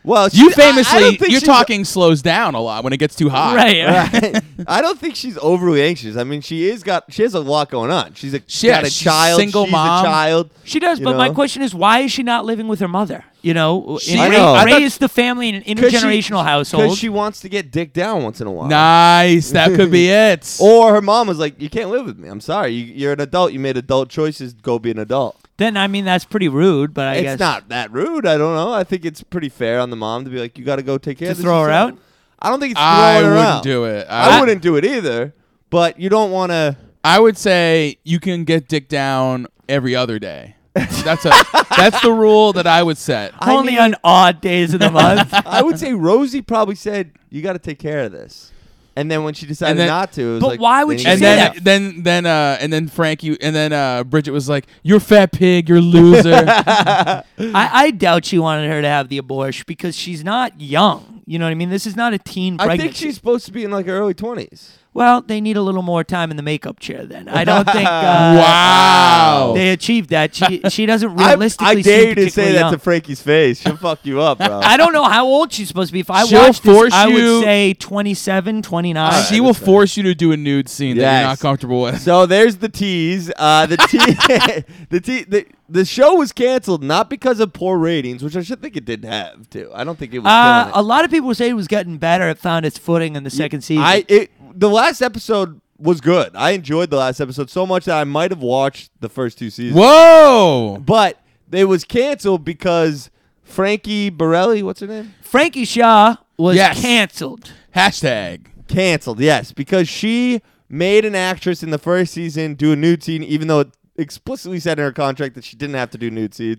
S3: Well,
S2: You
S3: she- I- I don't
S2: famously,
S3: think
S2: your
S3: she's-
S2: talking slows down a lot when it gets too high.
S4: Right. right.
S3: I don't think she's overly anxious. I mean, she is got she has a lot going on. She's a she
S2: Yeah,
S3: got a
S2: she's
S3: child,
S2: single
S3: she's
S2: mom.
S3: a child.
S4: She does,
S3: You
S4: but my
S3: know?
S4: question is, why is she not living with her mother? You know,
S2: She-
S4: and
S3: I
S4: ra-
S3: know. I thought-
S4: raised the family in an intergenerational household.
S3: because she wants to get dicked down once in a while.
S2: Nice. That could be it.
S3: Or her mom was like, "You can't live with me. I'm sorry. You, you're an adult. You made adult choices. Go be an adult."
S4: then I mean, that's pretty rude, but I
S3: it's
S4: guess
S3: not that rude. I don't know. I think it's pretty fair on the mom to be like, "You got to go take care
S4: To
S3: of this
S4: throw her
S3: yourself."
S4: out?
S3: I don't think it's throwing
S2: I
S3: her
S2: wouldn't
S3: out.
S2: do it.
S3: I,
S2: I-
S3: wouldn't do it either. But you don't want to.
S2: I would say you can get dick down every other day. That's a that's the rule that I would set.
S4: only on odd days of the month.
S3: I would say Rosie probably said, "You got to take care of this," and then when she decided
S2: then-
S3: not to, it was
S4: But
S3: like,
S4: why
S3: then
S4: would she
S3: you
S2: And
S4: say
S3: gotta-
S2: then,
S4: that?
S2: then, then, uh, and then Frankie, and then uh, Bridget was like, "You're a fat pig, you're a loser."
S4: I, I doubt she wanted her to have the abortion because she's not young. You know what I mean? This is not a teen
S3: I
S4: pregnancy.
S3: think she's supposed to be in like her early twenties.
S4: Well, they need a little more time in the makeup chair then. I don't think uh,
S2: wow.
S4: they achieved that. She she doesn't
S3: Oh. I,
S4: realistically
S3: I
S4: seem
S3: dare you to
S4: particularly
S3: say that
S4: young.
S3: to Frankie's face. She'll fuck you up, bro.
S4: I don't know how old she's supposed to be. If I
S2: She'll
S4: watched
S2: force
S4: this, I
S2: you-
S4: would say 27, 29.
S2: she will force you to do a nude scene that
S3: Yes.
S2: you're not comfortable with.
S3: So there's the tease. Uh, the te- the, te- the the show was canceled not because of poor ratings, which I should think it did have too. I don't think it was.
S4: Uh, a
S3: killing it.
S4: lot of people say it was getting better. It found its footing in the second season.
S3: I it the last episode was good. I enjoyed the last episode so much that I might have watched the first two seasons.
S2: Whoa.
S3: But it was canceled because Frankie Borelli, what's her name?
S4: Frankie Shaw was
S2: Yes.
S4: canceled.
S2: Hashtag.
S3: Canceled, yes, because she made an actress in the first season do a nude scene, even though it explicitly said in her contract that she didn't have to do nude scenes.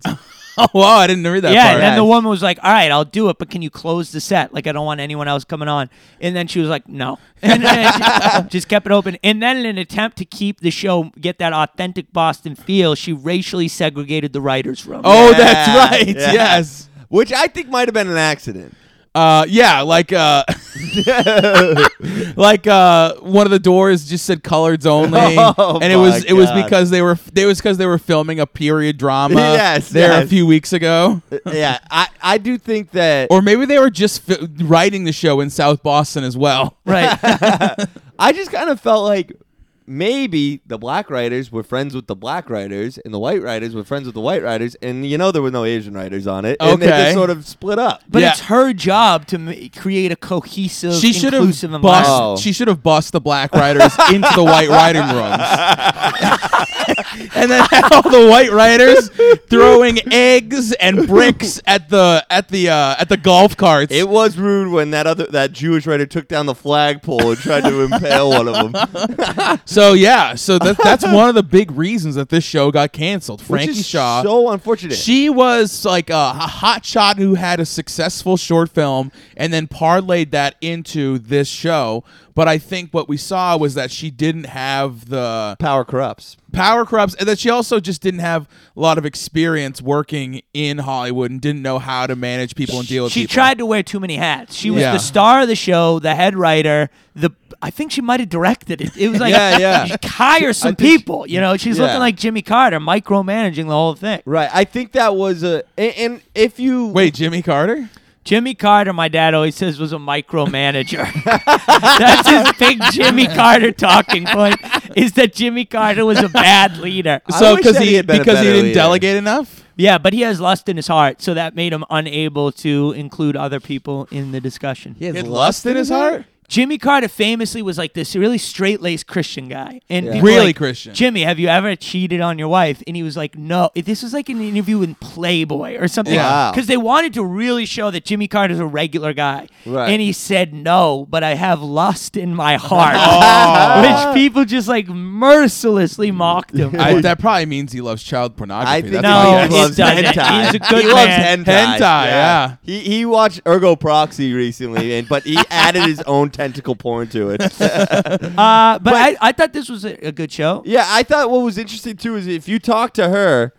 S2: Oh wow, I didn't read that
S4: yeah,
S2: part.
S4: and then the
S3: Yes.
S4: woman was like, "All right, I'll do it, but can you close the set? Like, I don't want anyone else coming on." And then she was like, "No," and then she just kept it open. And then, in an attempt to keep the show get that authentic Boston feel, she racially segregated the writers' room.
S2: oh,
S3: Yeah,
S2: that's right.
S3: yeah.
S2: Yes.
S3: Which I think might have been an accident.
S2: Uh, yeah, like uh, like uh, one of the doors just said "coloreds only,"
S3: Oh,
S2: and it
S3: my
S2: was it was
S3: God.
S2: because they were they was because they were filming a period drama.
S3: Yes,
S2: there a
S3: yes.
S2: few weeks ago,
S3: Uh, yeah, I, I do think that.
S2: or maybe they were just fi- writing the show in South Boston as well.
S4: right.
S3: I just kind of felt like maybe the black writers were friends with the black writers and the white writers were friends with the white writers, and you know there were no Asian writers on it, and they
S2: Okay.
S3: just sort of split up.
S4: But
S2: Yeah.
S4: it's her job to ma- create a cohesive,
S2: She should have
S4: inclusive
S2: bust.
S4: environment.
S3: Oh.
S2: She should have bust the black riders into the white riding rooms, and then had all the white riders throwing eggs and bricks at the at the uh, at the golf carts.
S3: It was rude when that other that Jewish writer took down the flagpole and tried to impale one of them.
S2: so yeah, so that, that's one of the big reasons that this show got canceled. Frankie
S3: which is
S2: Shaw.
S3: so unfortunate.
S2: she was like a, a hot shot who had a successful short film and then parlayed that into this show. But I think what we saw was that she didn't have the
S3: Power corrupts.
S2: power corrupts and that she also just didn't have a lot of experience working in Hollywood and didn't know how to manage people and deal with
S4: she
S2: people.
S4: tried to wear too many hats. She was
S2: Yeah.
S4: the star of the show, the head writer, the I think she might have directed it. It was like
S3: Yeah, yeah.
S4: you hire some
S3: think-
S4: people. You know, she's
S3: Yeah.
S4: looking like Jimmy Carter, micromanaging the whole thing.
S3: Right. I think that was a and, and if you
S2: Wait, Jimmy Carter?
S4: Jimmy Carter, my dad always says, was a micromanager. That's his big Jimmy Carter talking point. Is that Jimmy Carter was a bad leader?
S3: I
S2: so
S3: wish
S2: because
S3: that
S2: he,
S3: he had been a
S2: because he
S3: better
S2: didn't
S3: leader.
S2: delegate enough?
S4: Yeah, but he has lust in his heart, so that made him unable to include other people in the discussion.
S3: he has
S2: He had lust in his heart?
S4: Jimmy Carter famously was like this really straight laced Christian guy, and people were
S2: Really
S4: like,
S2: Christian.
S4: Jimmy, have you ever cheated on your wife? And he was like, No. This was like an interview in Playboy or something,
S3: Wow.
S4: because they wanted to really show that Jimmy Carter's a regular guy.
S3: Right.
S4: And he said, No, but I have lust in my heart,
S3: Oh.
S4: which people just like mercilessly mocked him. for.
S2: I, that probably means he loves child pornography.
S3: I think
S2: That's
S3: he
S4: No,
S2: my guess.
S4: it
S3: loves
S4: doesn't.
S3: hentai.
S4: He's a good
S3: he loves
S4: man.
S3: hentai.
S2: Hentai, yeah.
S3: He he watched Ergo Proxy recently, and but he added his own tentacle porn to it.
S4: uh, but I, I thought this was a, a good show.
S3: yeah, I thought what was interesting too is if you talk to her,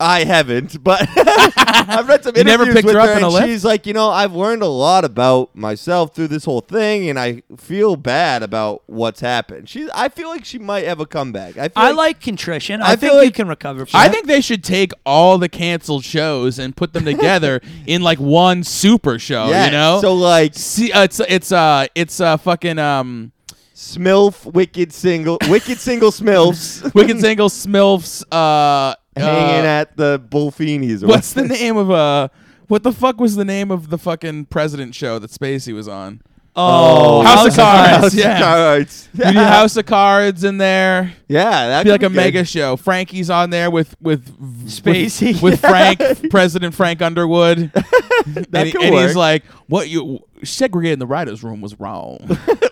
S3: I haven't, but I've read some
S2: You
S3: interviews
S2: never picked
S3: with
S2: her up in
S3: and
S2: a lift?
S3: she's like, you know, I've learned a lot about myself through this whole thing, and I feel bad about what's happened. She, I feel like she might have a comeback. I, feel
S4: I like contrition. I,
S3: I
S4: think
S3: feel
S4: you
S3: like-
S4: can recover from
S2: I
S4: it.
S2: think they should take all the canceled shows and put them together in like one super show.
S3: yeah,
S2: Oh, You know,
S3: So like,
S2: See, uh, it's it's uh it's uh fucking um
S3: Smilf, wicked single, wicked single Smilfs
S2: Wicked Single Smilfs uh
S3: hanging
S2: uh,
S3: at the Bullfinies. or
S2: What's the
S3: whatever.
S2: name of uh what the fuck was the name of the fucking president show that Spacey was on?
S4: oh,
S2: House of Cards.
S3: House of
S2: yeah.
S3: Cards.
S2: You do House of Cards in there.
S3: Yeah, that
S2: be
S3: could
S2: like a
S3: good.
S2: mega show. Frankie's on there with with
S4: Spacey.
S2: with, with Frank, President Frank Underwood. and he-
S3: could
S2: and he's
S3: work.
S2: like, "What you segregating the writers' room was wrong."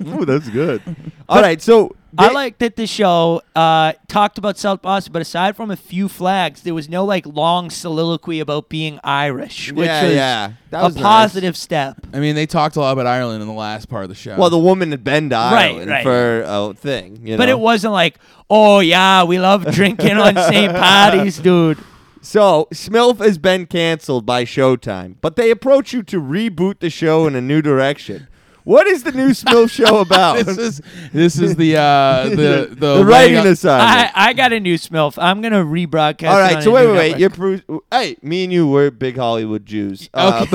S3: Ooh, that's good. All right, so
S4: I
S3: they-
S4: like that the show uh, talked about South Boston, but aside from a few flags, there was no like long soliloquy about being Irish, which
S3: Yeah,
S4: is
S3: yeah. That
S4: a
S3: was nice.
S4: positive step.
S2: I mean, they talked a lot about Ireland in the last part of the show.
S3: Well, the woman had been to
S4: Right,
S3: Ireland
S4: right.
S3: for a thing, you
S4: But
S3: know?
S4: it wasn't like, oh yeah, we love drinking on St. Patty's, dude.
S3: So Smilf has been canceled by Showtime, but they approach you to reboot the show in a new direction. What is the new Smilf show about?
S2: this is this is the uh, the the,
S3: writing
S2: laying up-
S4: I,
S3: assignment.
S4: I got a new smilf. I'm gonna rebroadcast.
S3: All
S4: it
S3: right,
S4: on
S3: so
S4: a
S3: wait,
S4: new
S3: wait, wait.
S4: network.
S3: You're pro- hey, me and you were big Hollywood Jews. Uh,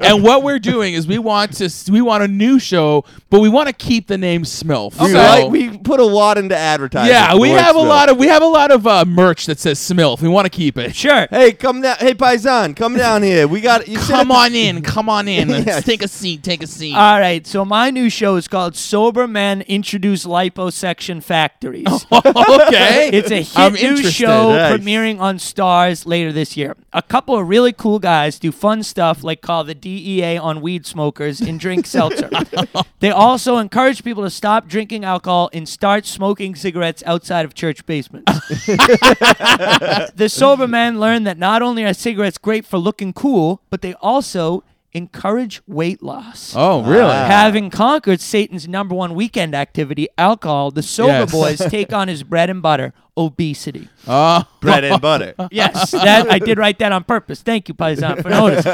S2: and what we're doing is we want to s- we want a new show, but we want to keep the name Smilf.
S3: we,
S2: So-
S3: like- we put a lot into advertising.
S2: yeah,
S3: for
S2: we
S3: the word
S2: have a
S3: Smilf.
S2: lot of we have a lot of uh, merch that says Smilf. We want to keep it.
S4: Sure.
S3: Hey, come down. Hey, Paisan, come down here. We got. You sit at
S2: Come
S3: the-
S2: on in, come on in.
S3: Yes. Uh,
S2: Take a seat, take a seat.
S4: All right, so my new show is called Sober Men Introduce Liposuction Factories.
S2: okay,
S4: It's a hit
S2: I'm
S4: new
S2: interested.
S4: show
S3: Nice.
S4: premiering on Stars later this year. A couple of really cool guys do fun stuff like call the DEA on weed smokers and drink seltzer. They also encourage people to stop drinking alcohol and start smoking cigarettes outside of church basements. the sober men learn that not only are cigarettes great for looking cool, but they also encourage weight loss.
S2: Oh, really?
S4: Having conquered Satan's number one weekend activity, alcohol, the sober
S2: Yes.
S4: boys take on his bread and butter, obesity.
S3: Uh,
S2: Oh,
S3: bread and butter.
S4: Yes, that I did write that on purpose. Thank you, Paisan, for noticing.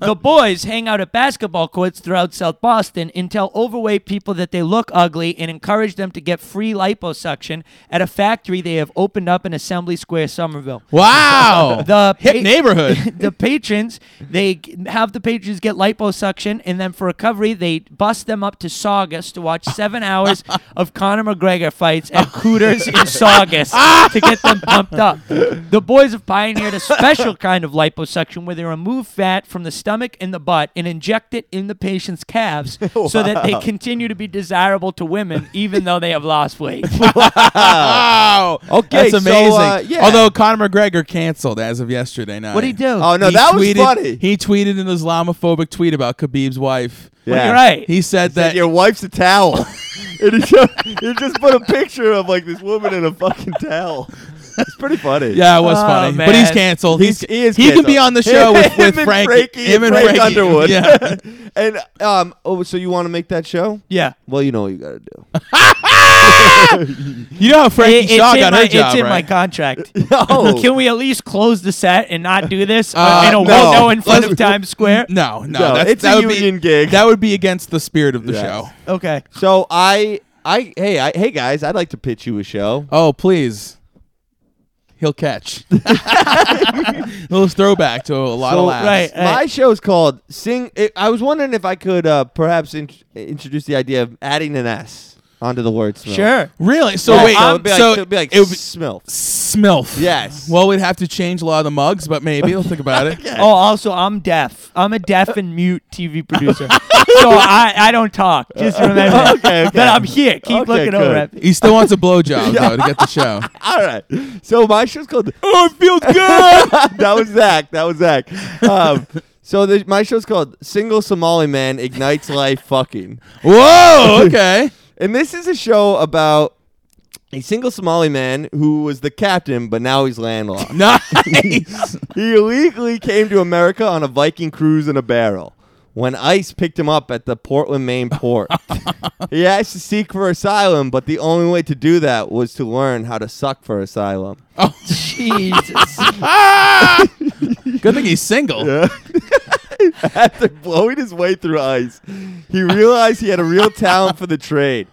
S4: the boys hang out at basketball courts throughout South Boston and tell overweight people that they look ugly and encourage them to get free liposuction at a factory they have opened up in Assembly Square, Somerville.
S2: wow.
S4: The
S2: hip
S4: pa-
S2: neighborhood.
S4: the patrons they g- have the patrons get liposuction and then for recovery they bust them up to Saugus to watch seven hours of Conor McGregor fights at Cooters in Saugus to get them pumped up. The boys have pioneered a special kind of liposuction where they remove fat from the stomach and the butt and inject it in the patient's calves so that they continue to be desirable to women even though they have lost weight.
S2: Wow.
S3: Okay,
S2: that's
S3: so,
S2: amazing.
S3: uh, yeah.
S2: Although Conor McGregor canceled as of yesterday night.
S4: What'd he do?
S3: Oh no,
S2: He
S3: that was
S2: tweeted-
S3: funny.
S2: He tweeted an Islamophobic tweet about Khabib's wife.
S3: Yeah.
S4: You're right.
S2: He said
S3: that
S2: that
S3: your wife's a towel. and he just, he just put a picture of like this woman in a fucking towel. It's pretty funny.
S2: Yeah, it was
S4: Oh,
S2: funny. But he's
S4: man.
S2: canceled. He's,
S3: He's- he is
S2: can be
S3: canceled.
S2: on the show with,
S3: Him
S2: with
S3: and
S2: Frankie.
S3: Frankie
S2: him
S3: and
S2: and
S3: Frank
S2: Frankie.
S3: Underwood.
S2: Yeah.
S3: And um, oh, so you want to make that show?
S4: yeah.
S3: Well, you know what you gotta do.
S2: You know how Frankie
S4: It- it's
S2: Shaw
S4: in
S2: got
S4: my,
S2: her job,
S4: It's in my
S2: right?
S4: contract.
S3: No.
S4: Can we at least close the set and not do this
S2: Uh,
S4: uh, in a
S2: no.
S4: won't know in front of
S2: Let's-
S4: Times Square?
S2: no, no,
S3: No,
S2: that's,
S3: it's
S2: that
S3: a
S2: would
S3: union
S2: be,
S3: gig.
S2: That would be against the spirit of the
S3: Yes.
S2: show.
S4: Okay.
S3: So I, I, hey, I, hey guys, I'd like to pitch you a show.
S2: Oh, please. He'll catch. Little throwback to a lot
S3: So,
S2: of laughs.
S4: right.
S3: My show is called Sing. I I was wondering if I could uh, perhaps int- introduce the idea of adding an S onto the word. Smilf.
S4: Sure.
S2: Really? So
S3: Yeah,
S2: wait.
S3: so it'd be like,
S2: so
S3: it'd be like
S2: it would be
S3: Smilf.
S2: Smilf.
S3: Yes.
S2: Well, we'd have to change a lot of the mugs, but maybe we'll think about it.
S4: Oh, also, I'm deaf. I'm a deaf and mute TV producer, so I, I don't talk. Just remember that.
S3: Okay, okay.
S4: But I'm here. Keep
S3: Okay,
S4: looking over
S3: good.
S4: at me.
S2: He still wants a blowjob though to get the show.
S3: All right. So my show's called.
S2: Oh, it feels good.
S3: that was Zach. That was Zach. Um, so the, my show's called "Single Somali Man Ignites Life Fucking,"
S2: Whoa. Okay.
S3: and this is a show about a single Somali man who was the captain, but now he's landlocked.
S2: Nice.
S3: he illegally came to America on a Viking cruise in a barrel. when ICE picked him up at the Portland, Maine port. he asked to seek for asylum, but the only way to do that was to learn how to suck for asylum.
S4: Jesus.
S2: Good thing he's single.
S3: After blowing his way through ice, he realized he had a real talent for the trade.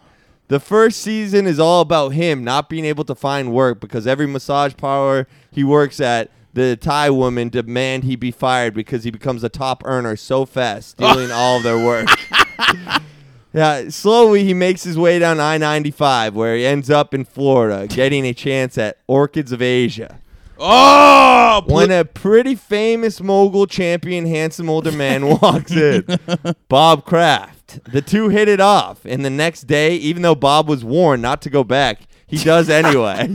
S3: The first season is all about him not being able to find work because every massage parlor he works at, the Thai woman demand he be fired because he becomes a top earner so fast, stealing all their work. Yeah, slowly he makes his way down I 95, where he ends up in Florida, getting a chance at Orchids of Asia.
S2: Oh, pl-
S3: When a pretty famous mogul champion, handsome older man walks in, Bob Kraft. The two hit it off, and the next day, even though Bob was warned not to go back, he does anyway.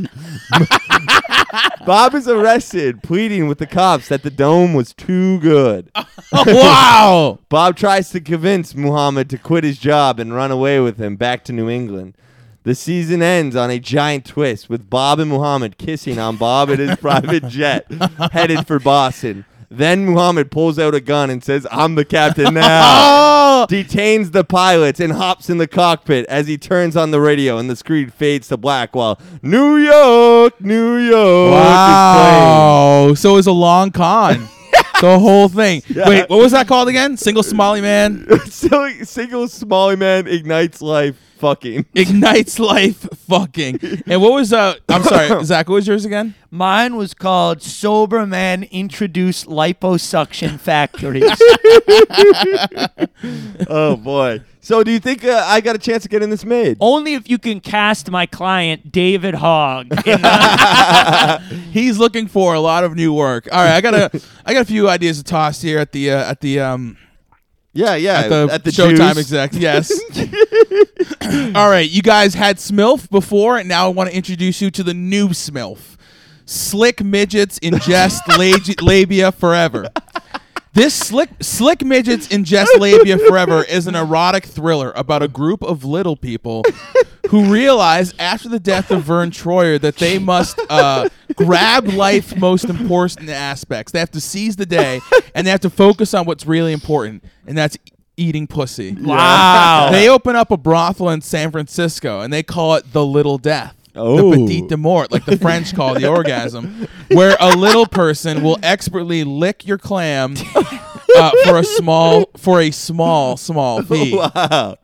S3: Bob is arrested, pleading with the cops that the dome was too good.
S2: wow.
S3: Bob tries to convince Muhammad to quit his job and run away with him back to New England. The season ends on a giant twist with Bob and Muhammad kissing on Bob in his private jet headed for Boston. Then Muhammad pulls out a gun and says, I'm the captain now. Detains the pilots and hops in the cockpit as he turns on the radio and the screen fades to black while New York, New York is playing.
S2: Wow. So it was a long con. the whole thing. Wait, what was that called again? Single Somali man
S3: Silly- Single Smalley Man ignites life fucking.
S2: ignites life fucking. And what was uh I'm sorry, Zach, what was yours again?
S4: Mine was called Sober Man Introduced Liposuction Factories.
S3: oh boy. So do you think uh, I got a chance to get in this made?
S2: Oh,
S4: Only if you can cast my client, David Hogg. in the-
S2: He's looking for a lot of new work. All right, I got a I got a few ideas to toss here at the uh, at the um
S3: yeah, yeah.
S2: at the, Showtime exec. Yes. All right, you guys had Smilf before, and now I want to introduce you to the new Smilf. Slick midgets ingest lagi- labia forever. This slick slick midgets ingest labia forever is an erotic thriller about a group of little people who realize after the death of Vern Troyer that they must uh, grab life's most important aspects. They have to seize the day and they have to focus on what's really important, and that's e- eating pussy.
S4: Wow.
S2: They open up a brothel in San Francisco and they call it the Little Death.
S3: Oh.
S2: The Petite de Mort, like the French call the orgasm, where a little person will expertly lick your clam uh, for a small for a small small fee.
S3: Wow.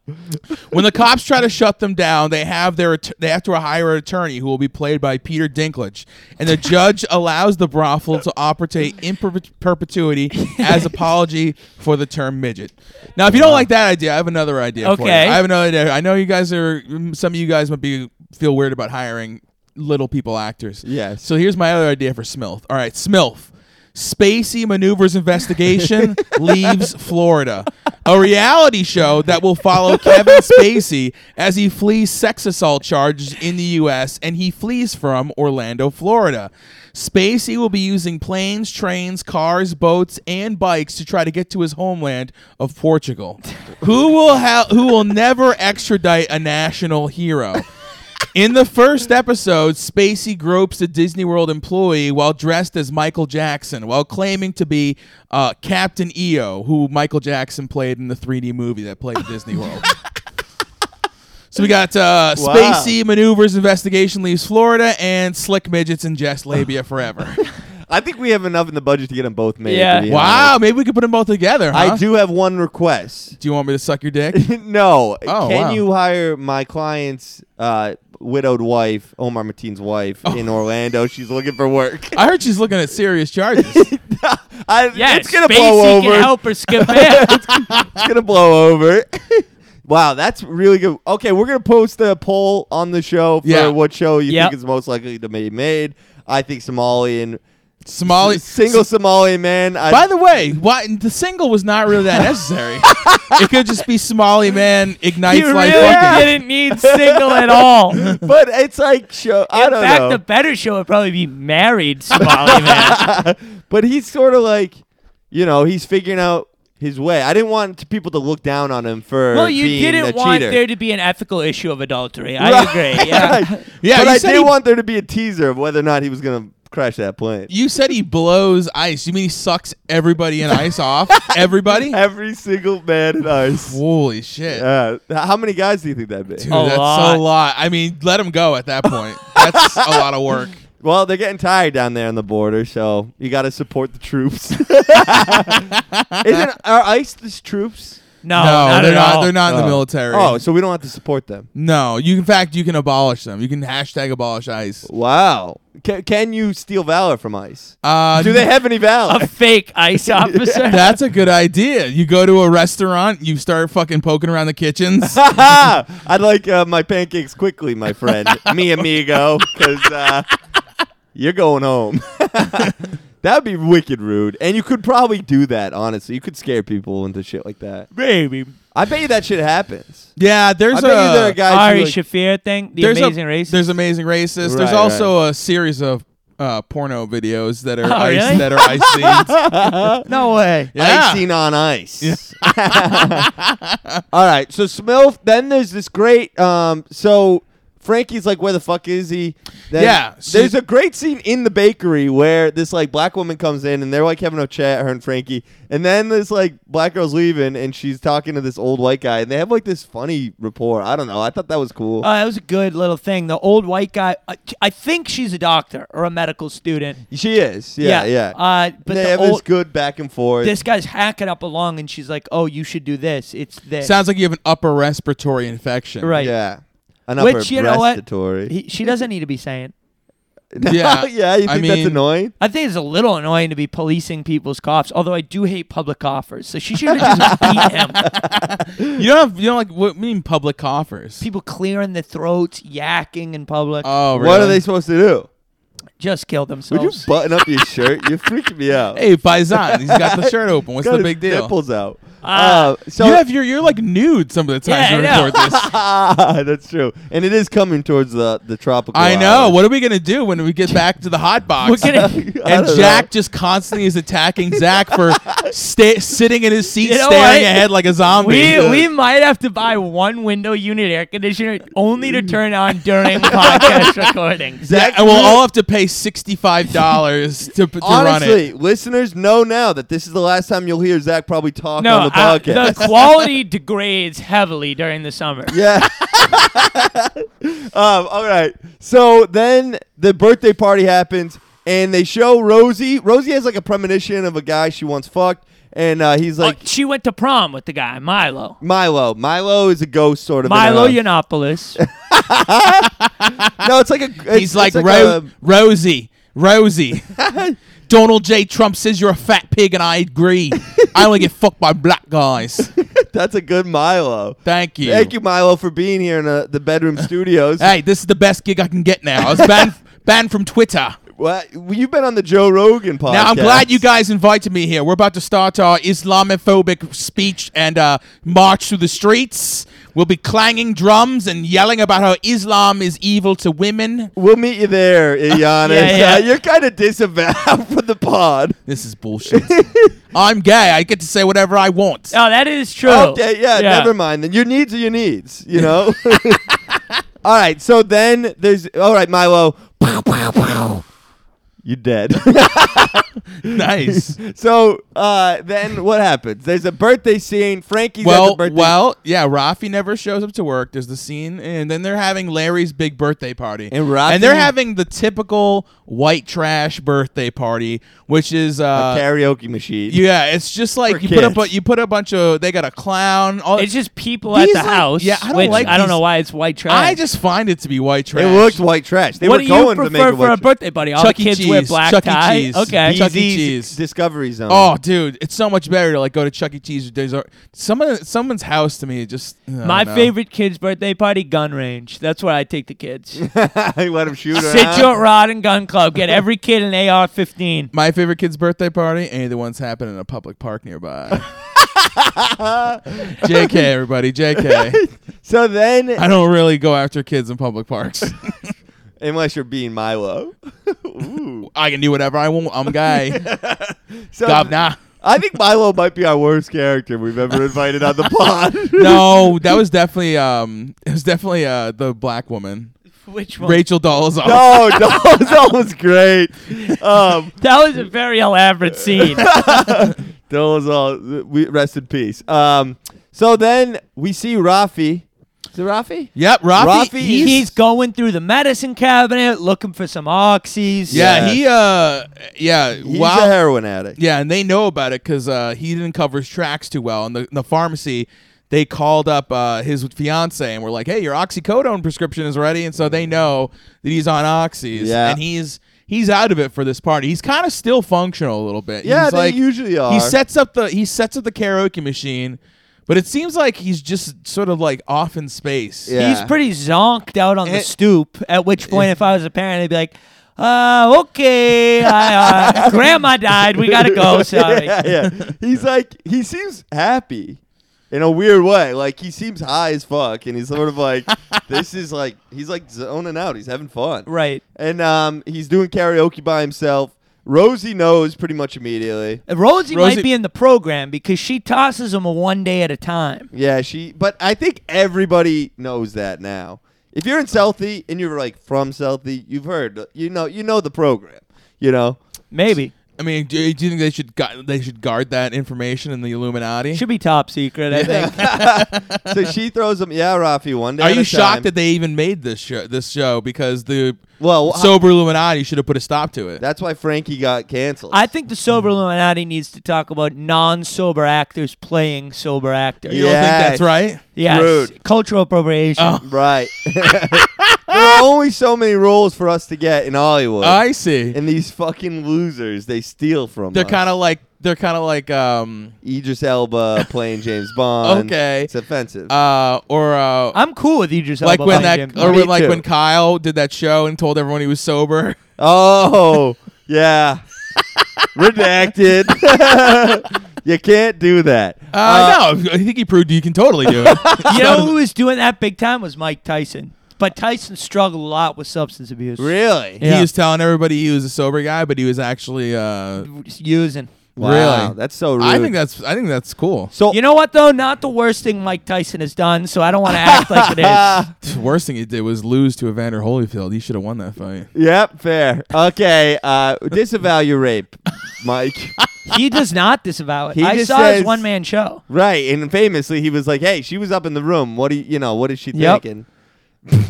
S2: When the cops try to shut them down, they have their att- they have to hire an attorney who will be played by Peter Dinklage, and the judge allows the brothel to operate in per- perpetuity as apology for the term midget. Now, if you don't like that idea, I have another idea. for you.
S4: Okay.
S2: I have another idea. I know you guys are mm, some of you guys might be feel weird about hiring little people actors.
S3: Yes.
S2: So here's my other idea for Smilf. All right, Smilf. Spacey maneuvers investigation leaves Florida. A reality show that will follow Kevin Spacey as he flees sex assault charges in the U.S. and he flees from Orlando, Florida. Spacey will be using planes, trains, cars, boats, and bikes to try to get to his homeland of Portugal. Who will ha- who will never extradite a national hero? In the first episode, Spacey gropes a Disney World employee while dressed as Michael Jackson, while claiming to be uh, Captain EO, who Michael Jackson played in the 3D movie that played at Disney World. So we got uh,
S3: Wow.
S2: Spacey maneuvers investigation leaves Florida and slick midgets ingest labia forever.
S3: I think we have enough in the budget to get them both made. to
S4: Yeah.
S3: be
S2: wow,
S3: honest.
S2: maybe we could put them both together. huh?
S3: I do have one request.
S2: Do you want me to suck your dick?
S3: no.
S2: Oh,
S3: Can
S2: wow.
S3: you hire my client's uh, widowed wife, Omar Mateen's wife,
S2: Oh.
S3: in Orlando? She's looking for work.
S2: I heard she's looking at serious charges.
S3: I,
S4: yes,
S3: it's gonna
S4: Spacey
S3: blow over.
S4: can help her skip it.
S3: It's gonna blow over. wow, that's really good. Okay, we're gonna post a poll on the show for
S2: Yeah.
S3: what show you
S4: Yep.
S3: think is most likely to be made. I think Somalian
S2: Somali
S3: single Somali man. I,
S2: By the way, why the single was not really that necessary. it could just be Somali man ignites
S4: you really
S2: like fucking.
S4: didn't need single at all. In
S3: but it's like show. I don't
S4: fact,
S3: know.
S4: the better show would probably be Married Somali Man.
S3: but he's sort of like, you know, he's figuring out his way. I didn't want to- people to look down on him for
S4: well, you
S3: being a
S4: didn't want
S3: cheater.
S4: there to be an ethical issue of adulty. I
S3: Right.
S4: agree. Yeah.
S2: Yeah,
S3: but
S2: you
S3: I
S2: said
S3: did
S2: he-
S3: want there to be a teaser of whether or not he was gonna crash that plane.
S2: You said he blows ice. You mean he sucks everybody in ice off? Everybody?
S3: Every single man in ice.
S2: Holy shit.
S3: Uh, how many guys do you think that'd be?
S2: Dude,
S4: A
S2: that's
S4: lot.
S2: so lot. I mean, let him go at that point. That's a lot of work.
S3: Well, they're getting tired down there on the border, so you got to support the troops. Isn't our ICE the troops?
S4: No,
S2: no,
S4: not
S2: they're
S4: at
S2: not.
S4: all.
S2: They're not in
S3: Oh.
S2: the military.
S3: Oh, so we don't have to support them.
S2: no. You, in fact, you can abolish them. You can hashtag abolish ICE.
S3: Wow. Can, can you steal valor from ICE?
S2: Uh,
S3: Do they have any valor?
S4: A fake ICE officer.
S2: That's a good idea. You go to a restaurant, you start fucking poking around the kitchens.
S3: I'd like uh, my pancakes quickly, my friend. Me amigo, because uh, you're going home. That'd be wicked rude, and you could probably do that. Honestly, you could scare people into shit like that.
S4: Baby.
S3: I bet you that shit happens.
S2: yeah, there's
S3: I bet you there are
S2: a
S3: guys. who,
S4: Ari
S3: like-
S4: Shafir thing, the
S2: there's
S4: amazing
S2: a,
S4: race.
S2: There's amazing racist.
S3: Right,
S2: there's also a series of uh, porno videos that are
S3: Oh,
S2: ice
S4: really?
S2: that are ice scenes.
S4: no way.
S2: Yeah.
S3: Icing on ice. All right. So Smilf. Then there's this great. Um. So Frankie's like, where the fuck is he? Then
S2: Yeah, she-
S3: there's a great scene in the bakery where this like black woman comes in and they're like having a chat, her and Frankie. And then this like black girl's leaving and she's talking to this old white guy and they have like this funny rapport. I don't know. I thought that was cool.
S4: Oh, that was a good little thing. The old white guy. I, I think she's a doctor or a medical student.
S3: she is. Yeah. Yeah.
S4: Uh,
S3: And
S4: but
S3: they
S4: the
S3: have this
S4: old,
S3: good back and forth.
S4: this guy's hacking up along, and she's like, "Oh, you should do this. It's this."
S2: Sounds like you have an upper respiratory infection.
S4: right.
S3: yeah. An upper
S4: Which you know what?
S3: respiratory.
S4: He, she doesn't need to be saying.
S2: Yeah.
S3: Oh, yeah. You think
S2: I
S3: that's
S2: mean-
S3: annoying?
S4: I think it's a little annoying to be policing people's coughs. Although I do hate public coughers, so she should have just beat him.
S2: You don't have you don't like what you mean public coffers.
S4: People clearing their throats, yakking in public,
S2: oh, really? Oh,
S3: What are they supposed to do?
S4: just kill
S3: Would you
S4: themselves.
S3: button up your shirt? You're freaking me out.
S2: Hey, Faison, he's got the shirt open. What's
S3: Got
S2: the
S3: his
S2: big deal?
S3: Nipples out. Uh,
S4: Ah.
S3: so
S2: you have your you're like nude some of the times
S4: Yeah,
S2: we
S4: I know.
S2: record this.
S3: Ah, that's true, and it is coming towards the the tropical.
S2: I know.
S3: hours.
S2: What are we gonna do when we get back to the hot box?
S4: We're gonna.
S3: I
S2: and
S3: don't
S2: Jack just constantly is attacking Zach for sta- sitting in his seat,
S4: You know
S2: staring
S4: what?
S2: ahead like a zombie.
S4: We, we might have to buy one window unit air conditioner only to turn on during podcast recordings.
S2: yeah,
S3: Zach,
S2: and we'll
S3: you-
S2: all have to pay sixty five dollars to, to run it.
S3: Honestly, listeners know now that this is the last time you'll hear Zach probably talk on
S4: No,
S3: the
S4: uh,
S3: podcast.
S4: the quality degrades heavily during the summer.
S3: yeah. um, all right. So then the birthday party happens, and they show Rosie. Rosie has like a premonition of a guy she once fucked, and uh, he's
S4: Uh,
S2: Oh,
S3: like.
S4: she went to prom with the guy, Milo.
S3: Milo. Milo is a ghost sort of. in
S4: Milo
S3: a-
S4: Yiannopoulos.
S3: No, it's like a. it's-
S2: He's like,
S3: it's
S2: Ro-
S3: a- um,
S2: Rosie, Rosie. Donald J. Trump says you're a fat pig, and I agree. I only get fucked by black guys.
S3: That's a good Milo.
S2: Thank you.
S3: Thank you, Milo, for being here in uh, the bedroom studios.
S2: Hey, this is the best gig I can get now. I was banned banned from Twitter.
S3: Well, you've been on the Joe Rogan podcast.
S2: Now I'm glad you guys invited me here. We're about to start our Islamophobic speech and uh, march through the streets. We'll be clanging drums and yelling about how Islam is evil to women.
S3: We'll meet you there, Iyanis.
S4: Yeah, yeah.
S3: Uh, you're kind of disavowed for the pod.
S2: This is bullshit. I'm gay. I get to say whatever I want.
S3: Uh,
S4: oh, that is true.
S3: Okay, yeah, never mind. Then your needs are your needs. You know. all right. So then there's all right, Milo. Pow, pow, pow. You're dead.
S2: nice.
S3: so uh, then what happens? There's a birthday scene. Frankie's at the
S2: well,
S3: birthday.
S2: well, yeah. Rafi never shows up to work. There's the scene, and then they're having Larry's big birthday party,
S3: And Rafi-
S2: and they're having the typical white trash birthday party, which is uh,
S3: karaoke machine.
S2: Yeah, it's just
S3: For
S2: like you put up a
S3: kids.
S2: you put a bunch of they got a clown. All,
S4: It's just people
S2: These,
S4: at the
S2: like-
S4: house.
S2: yeah, I don't
S4: which
S2: like
S4: I don't
S2: these-
S4: know why it's white trash.
S2: I just find it to be white trash.
S3: It looked white trash. They
S4: what
S3: were
S4: do you
S3: going to make
S4: prefer
S3: it white
S4: for a
S3: trash.
S4: birthday party? All
S2: Chuck
S4: the
S2: E.
S4: kids wear
S2: Cheese.
S4: black
S2: Chuck E.
S4: tie.
S2: Cheese. Chuck
S4: Okay.
S2: E.
S3: DZ's
S2: Cheese.
S3: Discovery Zone.
S2: Oh, dude, it's so much better to like go to Chuck E. Cheese. or Days Ar- Someone, someone's house to me it just I don't
S4: My
S2: know.
S4: favorite kid's birthday party, gun range. That's where I take the kids.
S3: you let him shoot
S4: Sit
S3: around.
S4: your rod and gun club. Get every kid an AR-15.
S2: My favorite kid's birthday party, any of the ones happening in a public park nearby. JK, everybody, JK.
S3: So then,
S2: I don't really go after kids in public parks.
S3: unless you're being Milo, Ooh.
S2: I can do whatever I want. I'm gay.
S3: So
S2: Governor.
S3: I think Milo might be our worst character we've ever invited on the pod.
S2: No, that was definitely um, it was definitely uh the black woman.
S4: Which one?
S2: Rachel Dolezal.
S3: No, no, that was great. Um,
S4: That was a very elaborate scene.
S3: that was all. We rest in peace. Um, so then we see Rafi. Is it Rafi?
S2: Yep, Rafi.
S3: Rafi
S4: he's, going through the medicine cabinet looking for some oxys.
S2: yeah, he uh yeah,
S3: He's
S2: wow.
S3: a heroin addict.
S2: Yeah, and they know about it because uh, he didn't cover his tracks too well. And the, the pharmacy, they called up uh, his fiance and were like, "Hey, your oxycodone prescription is ready," and so they know that he's on oxys.
S3: Yeah.
S2: and he's he's out of it for this party. He's kind of still functional a little bit.
S3: Yeah,
S2: he's
S3: they
S2: like,
S3: usually are.
S2: He sets up the he sets up the karaoke machine, but it seems like he's just sort of like off in space.
S3: Yeah.
S4: He's pretty zonked out on the
S3: And-
S4: stoop. At which point, if I was a parent, I'd be like, uh, okay, I, uh, grandma died. We gotta go. Oh, Sorry.
S3: yeah, yeah. He's like he seems happy in a weird way. Like he seems high as fuck, and he's sort of like this is like he's like zoning out. He's having fun,
S4: Right.
S3: And um, he's doing karaoke by himself. Rosie knows pretty much immediately.
S4: And Rosie,
S2: Rosie-
S4: might be in the program because she tosses him a one day at a time.
S3: Yeah, she. But I think everybody knows that now. If you're in Southie and you're like from Southie, you've heard, you know, you know the program, you know.
S4: Maybe
S2: I mean, do, do you think they should gu- they should guard that information in the Illuminati?
S4: should be top secret. I think.
S3: so she throws him. Yeah, Rafi. One day.
S2: Are
S3: at
S2: you
S3: a
S2: shocked
S3: time.
S2: that they even made this show? This show because the
S3: Well, I-
S2: sober Illuminati should have put a stop to it.
S3: That's why Frankie got canceled.
S4: I think the sober Illuminati needs to talk about non-sober actors playing sober actors.
S2: you don't think that's
S3: Yes.
S2: right?
S4: Yes,
S3: Rude.
S4: cultural appropriation.
S2: Oh.
S3: Right. there are only so many roles for us to get in Hollywood.
S2: I see.
S3: and these fucking losers, they steal from
S2: they're
S3: us.
S2: kind of like they're kind of like um
S3: Idris Elba playing James Bond.
S2: Okay.
S3: It's offensive.
S2: uh or uh
S4: I'm cool with Idris
S2: like
S4: Elba
S2: when
S4: playing James
S2: that
S4: Bond.
S2: or
S3: Me
S2: when, like
S3: too.
S2: when Kyle did that show and told everyone he was sober.
S3: oh, yeah. Redacted. you can't do that.
S2: Uh, no, I think he proved you can totally do it.
S4: you know who was doing that big time was Mike Tyson. But Tyson struggled a lot with substance abuse.
S3: Really?
S4: Yeah.
S2: He was telling everybody he was a sober guy, but he was actually uh
S4: Just Using.
S3: Wow,
S2: really.
S3: That's so rude.
S2: I think that's I think that's cool.
S3: so.
S4: You know what though? Not the worst thing Mike Tyson has done, so I don't want to act like it is.
S2: The worst thing he did was lose to Evander Holyfield. He should have won that fight.
S3: Yep, fair. Okay, uh, disavow your rape, Mike.
S4: He does not disavow it.
S3: He
S4: I
S3: just
S4: saw
S3: says-
S4: his one man show.
S3: Right, and famously he was like, "Hey, she was up in the room. What do you, you know? What is she
S4: Yep.
S3: thinking?"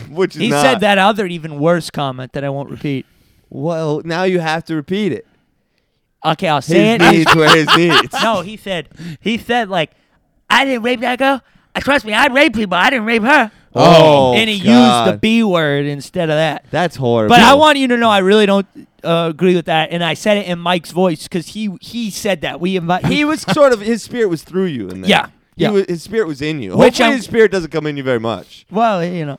S3: Which is
S4: He
S3: not-
S4: said that other even worse comment that I won't repeat.
S3: Well, now you have to repeat it.
S4: Okay, I'll say
S3: His
S4: it. I
S3: needs were his needs.
S4: No, he said he said like, I didn't rape that girl. I trust me, I raped people. I didn't rape her.
S3: Oh,
S4: and he used the
S3: God.
S4: B word instead of that.
S3: That's horrible.
S4: But I want you to know I really don't uh, agree with that, and I said it in Mike's voice because he he said that we invite
S3: He
S4: he
S3: was sort of his spirit was through you in there.
S4: Yeah,
S3: He
S4: yeah.
S3: wa- his spirit was in you.
S4: Which
S3: Hopefully,
S4: I'm-
S3: his spirit doesn't come in you very much.
S4: well you know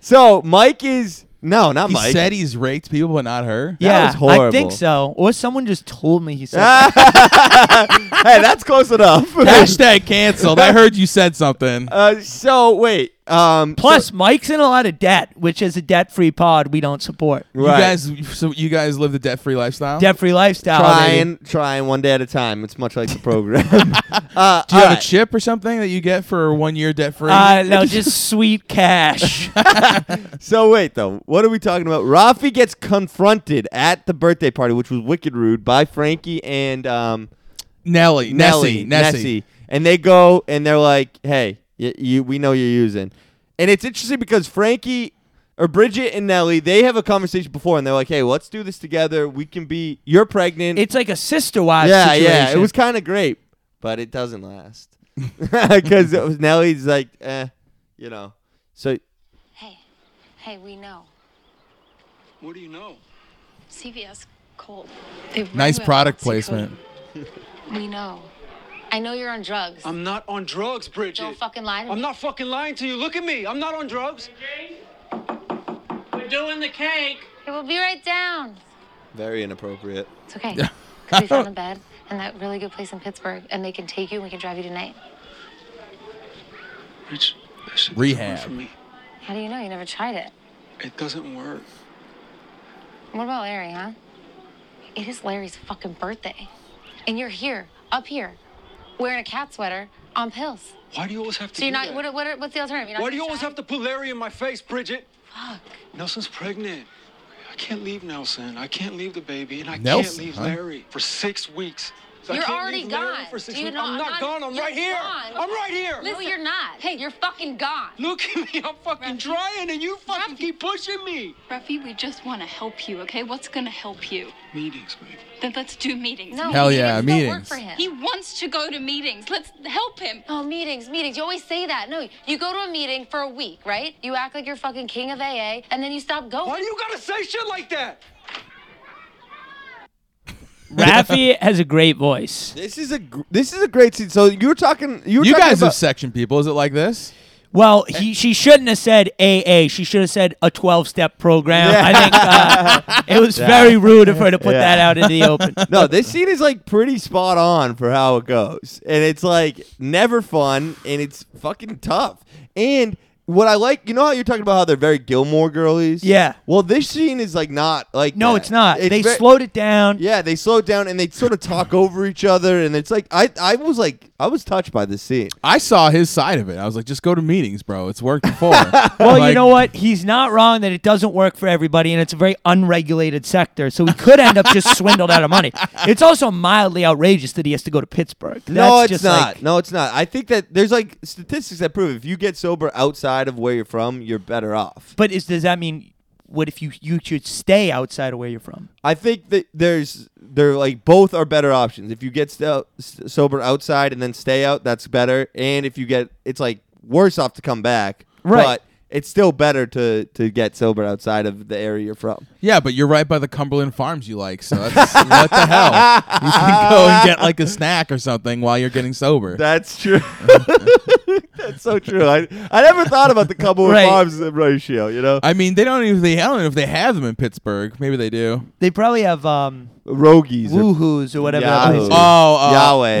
S3: So Mike is no, not
S2: He
S3: Mike.
S2: said he's raped people, but not her.
S4: yeah
S3: was horrible. Ah!
S4: I think so or someone just told me he said that.
S3: hey, that's close enough.
S2: Hashtag canceled. I heard you said something.
S3: uh, so wait. Um,
S4: Plus, Mike's in a lot of debt, which is a debt-free pod we don't support.
S3: so-
S2: You
S3: right.
S2: guys, so you guys live the debt-free lifestyle.
S4: Debt-free lifestyle. baby.
S3: trying, trying one day at a time. It's much like the program.
S2: Do
S3: uh,
S2: you
S3: all
S2: have
S3: right.
S2: a chip or something that you get for one year debt-free?
S4: Uh, no, just sweet cash.
S3: So wait though, what are we talking about? Rafi gets confronted at the birthday party, which was wicked rude, by Frankie and um,
S2: Nelly,
S3: Nelly,
S2: Nessie, Nessie.
S3: and they go and they're like, "Hey, y- you, we know you're using," and it's interesting because Frankie or Bridget and Nelly they have a conversation before, and they're like, "Hey, let's do this together. We can be. You're pregnant.
S4: it's like a sister-wives
S3: yeah,
S4: situation.
S3: yeah. It was kind of great, but it doesn't last because Nelly's like, eh, you know, so."
S5: Hey, hey, we know.
S7: What do you know?
S6: CVS cold.
S2: Nice product placement.
S5: We know. I know you're on drugs.
S7: I'm not on drugs, Bridget.
S5: Don't fucking lie to
S7: I'm
S5: me.
S7: not fucking lying to you. Look at me. I'm not on drugs. We're doing the cake.
S5: Okay, we'll be right down.
S3: Very inappropriate.
S5: It's okay. 'Cause we found a bed in that really good place in Pittsburgh, and they can take you and we can drive you tonight.
S7: Bridget, this shit doesn't
S2: Rehab.
S7: work for me.
S5: How do you know? You never tried it.
S7: It doesn't work.
S5: What about Larry, huh? It is Larry's fucking birthday. And you're here, up here, wearing a cat sweater on pills.
S7: Why do you always have to
S5: So you're
S7: do
S5: not,
S7: that?
S5: what, what, what's the alternative? You're not
S7: Why do you
S5: gonna
S7: always
S5: try?
S7: have to put Larry in my face, Bridget?
S6: Fuck.
S7: Nelson's pregnant. I can't leave Nelson. I can't leave the baby, and I
S2: Nelson,
S7: can't leave
S2: huh?
S7: Larry for six weeks. So I
S5: You're
S7: can't
S5: already
S7: leave Larry
S5: gone.
S7: For six
S5: Do you
S7: weeks.
S5: know-
S7: I'm
S5: I'm
S7: not
S5: not-
S7: gone. I'm
S5: you're
S7: right here.
S5: gone.
S7: I'm right here.
S5: No, you're not. Hey, you're fucking gone.
S7: Look at me. I'm fucking trying, and you fucking keep pushing me.
S6: Ruffy, we just want to help you, okay? What's gonna help you?
S7: Meetings, baby.
S6: Then let's do meetings.
S5: No,
S2: Hell yeah,
S5: meetings don't
S2: meetings.
S5: Work for him.
S6: He wants to go to meetings. Let's help him.
S5: Oh, meetings, meetings. You always say that. No, you go to a meeting for a week, right? You act like you're fucking king of AA, and then you stop going.
S7: Why do you gotta say shit like that?
S4: Rafi has a great voice.
S3: This is a gr- this is a great scene. So you were talking. You, were
S2: You
S3: talking
S2: guys
S3: about,
S2: have section people. Is it like this?
S4: Well,
S3: Eh.
S4: he, she shouldn't have said AA. She should have said a 12 step program. I think uh, it was very rude of her to put
S3: Yeah.
S4: that out in the open.
S3: no, this scene is like pretty spot on for how it goes. And it's like never fun and it's fucking tough. And what I like, you know how you're talking about how they're very Gilmore girlies?
S4: Yeah.
S3: Well, this scene is like not like
S4: No,
S3: that.
S4: it's not.
S3: ve-
S4: they slowed it down.
S3: Yeah, they slow down and they sort of talk over each other and it's like I I was like I was touched by this scene.
S2: I saw his side of it. I was like, just go to meetings, bro. It's worked before. well,
S4: Well, you know what? He's not wrong that it doesn't work for everybody, and it's a very unregulated sector. So he could end up just swindled out of money. It's also mildly outrageous that he has to go to Pittsburgh.
S3: no,
S4: That's
S3: it's
S4: just
S3: not.
S4: like-
S3: no, it's not. I think that there's like statistics that prove if you get sober outside of where you're from, you're better off.
S4: But is, does that mean what if you you should stay outside of where you're from?
S3: I think that there's they're like both are better options. If you get sto- s- sober outside and then stay out, that's better. And if you get it's like worse off to come back,
S4: Right.
S3: But it's still better to to get sober outside of the area you're from.
S2: yeah, but you're right by the Cumberland Farms you like, so that's, what the hell? You can go and get like a snack or something while you're getting sober.
S3: That's true. that's so true. I I never thought about the couple
S4: Right.
S3: farms ratio. You know,
S2: I mean, they don't even. They, I don't know if they have them in Pittsburgh. Maybe they do.
S4: They probably have um,
S3: Rogies. are-
S4: woohoos or whatever. that place
S3: Yahoos.
S4: is.
S2: Oh, uh,
S3: Yahweh.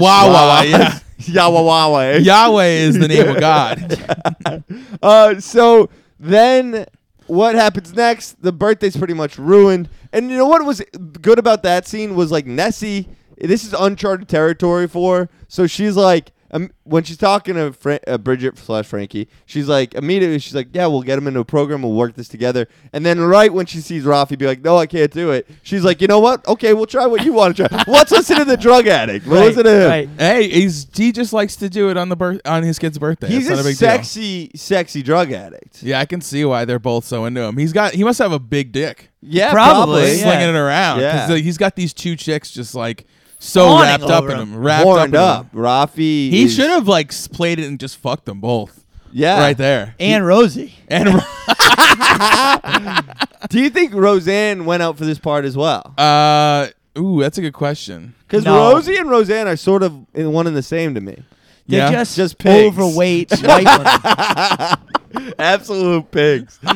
S2: Wow, wow, wow,
S3: Wawa.
S2: yeah.
S3: Yahweh.
S2: Yahweh is the name of God.
S3: Uh, so then what happens next? The birthday's pretty much ruined. And you know what was good about that scene was like Nessie. This is uncharted territory for her. So she's like, um, when she's talking to Fran- uh, Bridget slash Frankie, she's like immediately she's like, yeah, we'll get him into a program. We'll work this together. And then right when she sees Rafi be like, no, I can't do it. She's like, you know what? Okay, we'll try what you want to try. Let's listen to the drug addict. We'll
S4: Right,
S3: listen to him.
S4: right.
S2: hey, he's he just likes to do it on the birth on his kid's birthday.
S3: He's
S2: That's not a,
S3: a
S2: big
S3: sexy, sexy drug addict.
S2: deal. Yeah, I can see why they're both so into him. He's got. He must have a big dick.
S3: Yeah,
S4: Probably,
S3: probably.
S4: yeah.
S2: slinging it around
S3: Yeah.
S2: because he's got these two chicks just like so
S4: Fawning
S2: wrapped up
S4: over
S2: in him,
S4: him.
S2: wrapped up.
S3: horned
S2: in
S3: up.
S2: him.
S3: Rafi.
S2: He
S3: is-
S2: should have like s- played it and just fucked them both.
S3: Yeah.
S2: right there.
S4: and Rosie.
S2: And
S3: Do you think Roseanne went out for this part as well?
S2: uh, ooh, that's a good question.
S3: Because
S4: No.
S3: Rosie and Roseanne are sort of in one and the same to me.
S4: They're
S2: Yeah.
S4: just,
S3: Just pigs.
S4: overweight white women.
S3: Absolute pigs. no,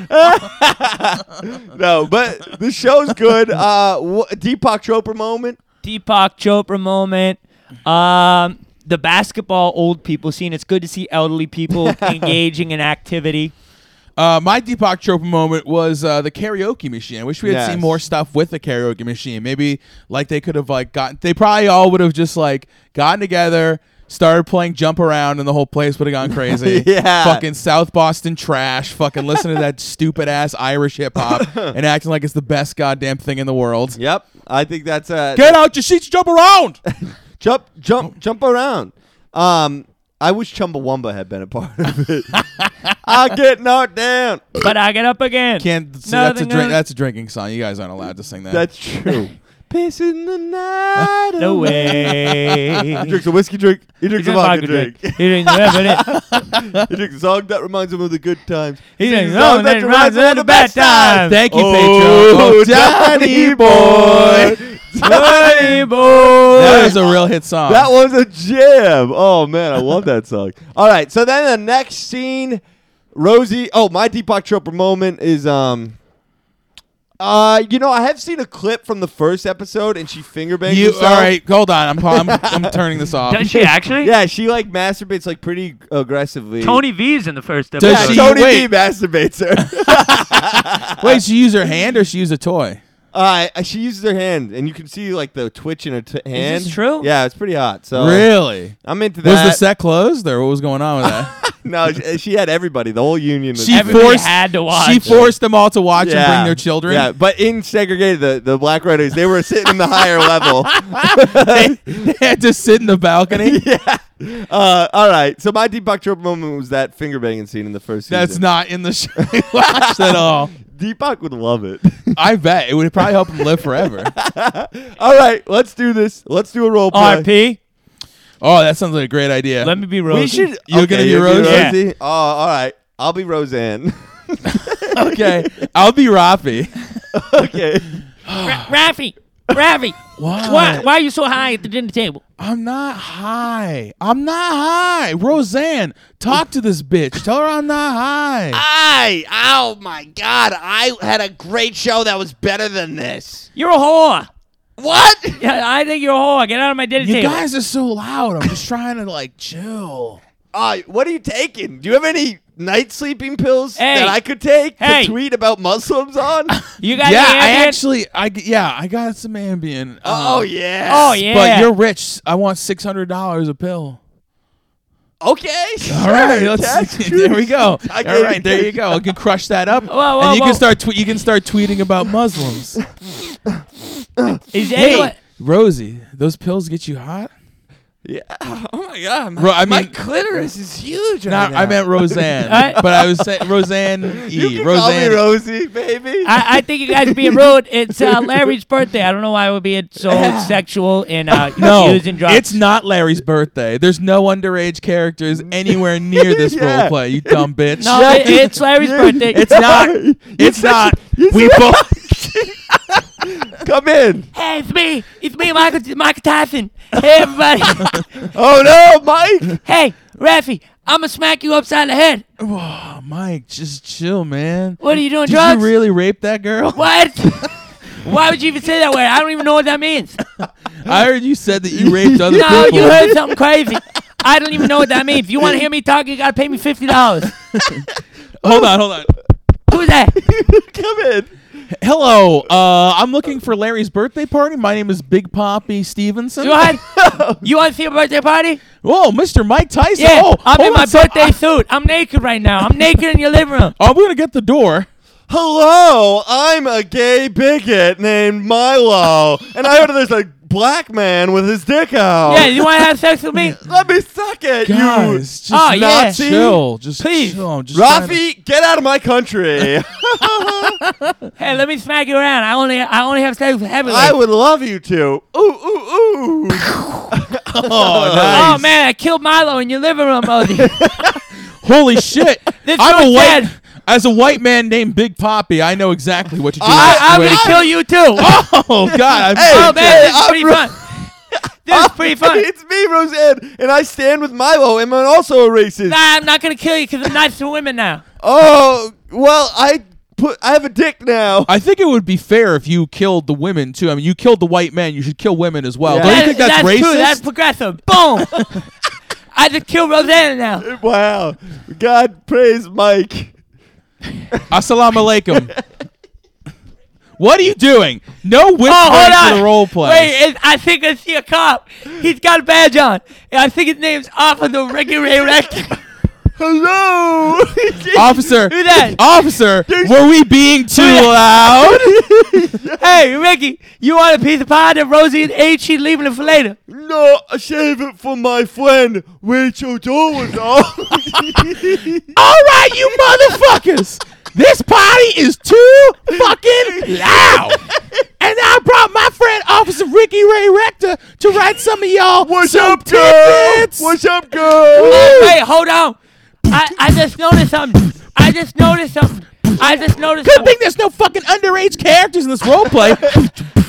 S3: but the show's good. Uh, wh- Deepak Chopra moment.
S4: Deepak Chopra moment. Um, the basketball old people scene. It's good to see elderly people engaging in activity.
S2: Uh, my Deepak Chopra moment was uh, the karaoke machine. I wish we had
S3: Yes.
S2: seen more stuff with the karaoke machine. Maybe like they could have like gotten. They probably all would have just like gotten together, started playing jump around, and the whole place would have gone crazy.
S3: Yeah.
S2: fucking South Boston trash. Fucking listen to that stupid ass Irish hip hop and acting like it's the best goddamn thing in the world.
S3: Yep, I think that's uh,
S2: Get out your seats, jump around.
S3: jump, jump, jump around. Um, I wish Chumbawamba had been a part of it. I get knocked down.
S4: But I get up again.
S2: Can't. So that's a
S4: Nothing
S2: drink.
S4: else.
S2: That's a drinking song. You guys aren't allowed to sing that.
S3: That's true. Piss in the night.
S4: No
S3: away.
S4: way.
S3: He drinks a whiskey drink. He drinks a vodka drink.
S4: He drinks whatever it-
S3: he drinks a song that reminds him of the good times.
S4: He drinks
S3: a song
S4: wrong that runs at the bad times.
S2: Thank you,
S3: Oh,
S2: Pedro.
S3: Johnny boy.
S4: Johnny boy.
S2: That is a real hit song.
S3: That was a jam. Oh man, I love that song. All right, so then the next scene, Rosie. Oh, my Deepak Chopra moment is um. Uh, you know, I have seen a clip from the first episode, and she finger bangs.
S2: You
S3: herself.
S2: all right? Hold on, I'm pa- I'm, I'm turning this off.
S4: she actually?
S3: Yeah, she like masturbates like pretty aggressively.
S4: V's in the first
S2: Does
S3: yeah,
S2: she-
S3: Tony
S2: wait.
S3: D masturbates her.
S2: Wait, she used her hand or she used a toy?
S3: Uh, she uses her hand, and you can see like the twitch in her t- hand.
S4: this true?
S3: Yeah, it's pretty hot. So
S2: really?
S3: I'm into
S2: Was
S3: Uh, that.
S2: the set closed or what was going on with that?
S3: no, she, she had everybody. The whole union. Was
S2: She
S4: Everybody
S2: forced
S4: had to watch.
S2: She forced them all to watch and bring their children.
S3: Yeah, but in segregated, the, the black writers they were sitting in the higher level.
S2: they had to sit in the balcony.
S3: yeah. Uh, all right. So my Deepak Chopra moment was that finger banging scene in the first season.
S2: That's not in the show we watched at all.
S3: Deepak would love it.
S2: I bet it would probably help him live forever.
S3: all right, let's do this. Let's do a role play.
S4: RP,
S2: Oh, that sounds like a great idea.
S4: let me be Rosie.
S3: We should.
S2: You're gonna be
S3: you'll
S2: Rosie?
S4: Yeah.
S3: Oh, all right. I'll be Roseanne.
S2: okay, I'll be Rafi.
S3: okay.
S4: Rafi, Rafi,
S2: Why?
S4: why, why are you so high at the dinner table?
S2: I'm not high. I'm not high. Roseanne, talk to this bitch. Tell her I'm not high.
S8: I, oh my God, I had a great show that was better than this.
S4: You're a whore.
S8: What?
S4: Yeah, I think you're a whore. Get out of my dinner
S2: You
S4: table.
S2: guys are so loud. I'm just trying to like chill.
S3: Uh, what are you taking? Do you have any night sleeping pills
S4: Hey.
S3: that I could take
S4: Hey.
S3: to tweet about Muslims on?
S4: you got
S2: yeah,
S4: the
S2: I
S4: Ambien?
S2: actually, I g- yeah, I got some Ambien.
S3: oh
S2: uh,
S3: yeah.
S4: Oh yeah.
S2: But you're rich. I want six hundred dollars a pill.
S3: Okay.
S2: All right, let's,
S3: That's
S2: there we go.
S3: I
S2: All right,
S3: can't-
S2: there you go. I can crush that up,
S4: whoa,
S2: and you
S4: whoa.
S2: can start tweet. You can start tweeting about Muslims.
S4: Is anyone-
S2: hey, Rosie, those pills get you hot.
S3: Yeah. Oh my god. My,
S2: Ro- I mean,
S3: clitoris is huge.
S2: Not, I meant Roseanne,
S4: Alright.
S2: but I was saying Roseanne E.
S3: you can call me
S2: Roseanne.
S3: Rosie, baby.
S4: I, I think you guys being rude. It's uh, Larry's birthday. I don't know why we're being so sexual and uh,
S2: no,
S4: using drugs.
S2: it's not Larry's birthday. There's no underage characters anywhere near this
S3: Yeah.
S2: role play. You dumb bitch.
S4: no, it- it's Larry's birthday.
S2: it's not. It's not. We both.
S3: Come in.
S4: Hey, it's me. It's me, Michael, Michael Tyson. Hey, everybody.
S3: Oh no, Mike.
S4: hey, Rafi, I'm going to smack you upside the head.
S2: Oh, Mike, just chill, man.
S4: What are you doing,
S2: Did
S4: drugs?
S2: you really rape that girl?
S4: what? Why would you even say that word? I don't even know what that means.
S2: I heard you said that you raped other
S4: No,
S2: people.
S4: you heard something crazy. I don't even know what that means. If you want to hear me talk, you got to pay me $50.
S2: hold on, hold on.
S4: Who's that?
S3: Come in.
S2: Hello, uh, I'm looking for Larry's birthday party. My name is Big Poppy Stevenson.
S4: You want, you want to see a birthday party?
S2: Whoa, Mr. Mike Tyson.
S4: Yeah,
S2: oh,
S4: I'm
S2: hold on
S4: in my
S2: a sec.
S4: birthday suit. I'm naked right now. I'm naked in your living room.
S2: I, am Oh, gonna get the door.
S3: Hello, I'm a gay bigot named Milo, and I heard there's a black man with his dick out.
S4: Yeah, you want to have sex with me?
S3: Let me suck it,
S2: Guys, just
S4: Oh,
S2: not
S4: yeah.
S2: chill. Just
S4: Please.
S2: chill. I'm
S3: you.
S2: Just trying to-
S3: Rafi, get out of my country.
S4: Hey, let me smack you around. I only, I only have sex with heavyweights.
S3: I would love you to. Ooh, ooh, ooh.
S2: Oh,
S4: Oh
S2: nice.
S4: man, I killed Milo in your living room, Modi.
S2: Holy shit.
S4: This
S2: I'm a
S4: girl's
S2: white.
S4: dead.
S2: As a white man named Big Poppy, I know exactly what you do. in that
S4: I'm gonna
S2: situation.
S4: kill you too.
S2: oh God! I'm
S4: oh
S2: so-
S4: man, this is
S3: I'm
S4: pretty
S3: re-
S4: fun. This is pretty fun.
S3: It's me, Roseanne, and I stand with Milo, and I'm also a racist.
S4: Nah, I'm not gonna kill you because I'm nice to women now.
S3: Oh, well, I put I have a dick now.
S2: I think it would be fair if you killed the women too. I mean, you killed the white men. You should kill women as well.
S3: Yeah.
S2: Don't Oh, you
S4: That-
S2: think that's, racist?
S4: True. That's progressive. Boom. I just killed Rosanna now.
S3: Wow. God praise Mike.
S2: Assalamu alaikum. what are you doing? No whispering
S4: Oh, hold
S2: for
S4: on.
S2: the role play.
S4: Wait, it, I think I see a cop. He's got a badge on. And I think his name's Officer Ricky Ray Rector.
S3: Hello.
S2: Officer,
S4: Who that?
S2: officer, were we being too
S4: that?
S2: loud?
S4: hey, Ricky, you want a piece of pie that Rosie and H, she's leaving it for later.
S3: no, I save it for my friend Rachel Dolezal.
S2: All right, you motherfuckers. This party is too fucking loud. And I brought my friend Officer Ricky Ray Rector to write some of y'all
S3: What's
S2: some
S3: up, girl?
S2: tidbits.
S3: What's up, girl?
S4: Hey, hold on. I, I just noticed something. I just noticed something. I just noticed
S2: Good
S4: something.
S2: thing there's no fucking underage characters in this role play.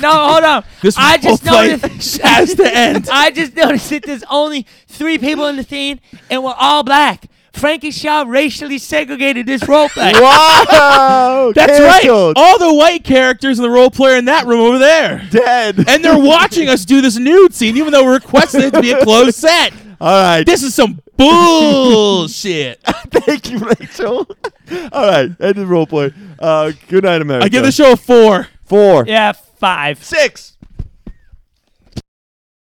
S4: No, hold on.
S2: this
S4: I just
S2: roleplay
S4: noticed.
S2: has to end.
S4: I just noticed that there's only three people in the scene, and we're all black. Frankie Shaw racially segregated this role play.
S3: Wow.
S2: That's
S3: canceled.
S2: right. Oh. All the white characters in the role player in that room over there.
S3: Dead.
S2: And they're watching us do this nude scene, even though we're requesting it to be a closed set.
S3: All right.
S2: This is some bullshit.
S3: Thank you, Rachel. All right. End the role play. Uh, good night, America.
S2: I give the show a four.
S3: four.
S4: Yeah, five.
S3: Six.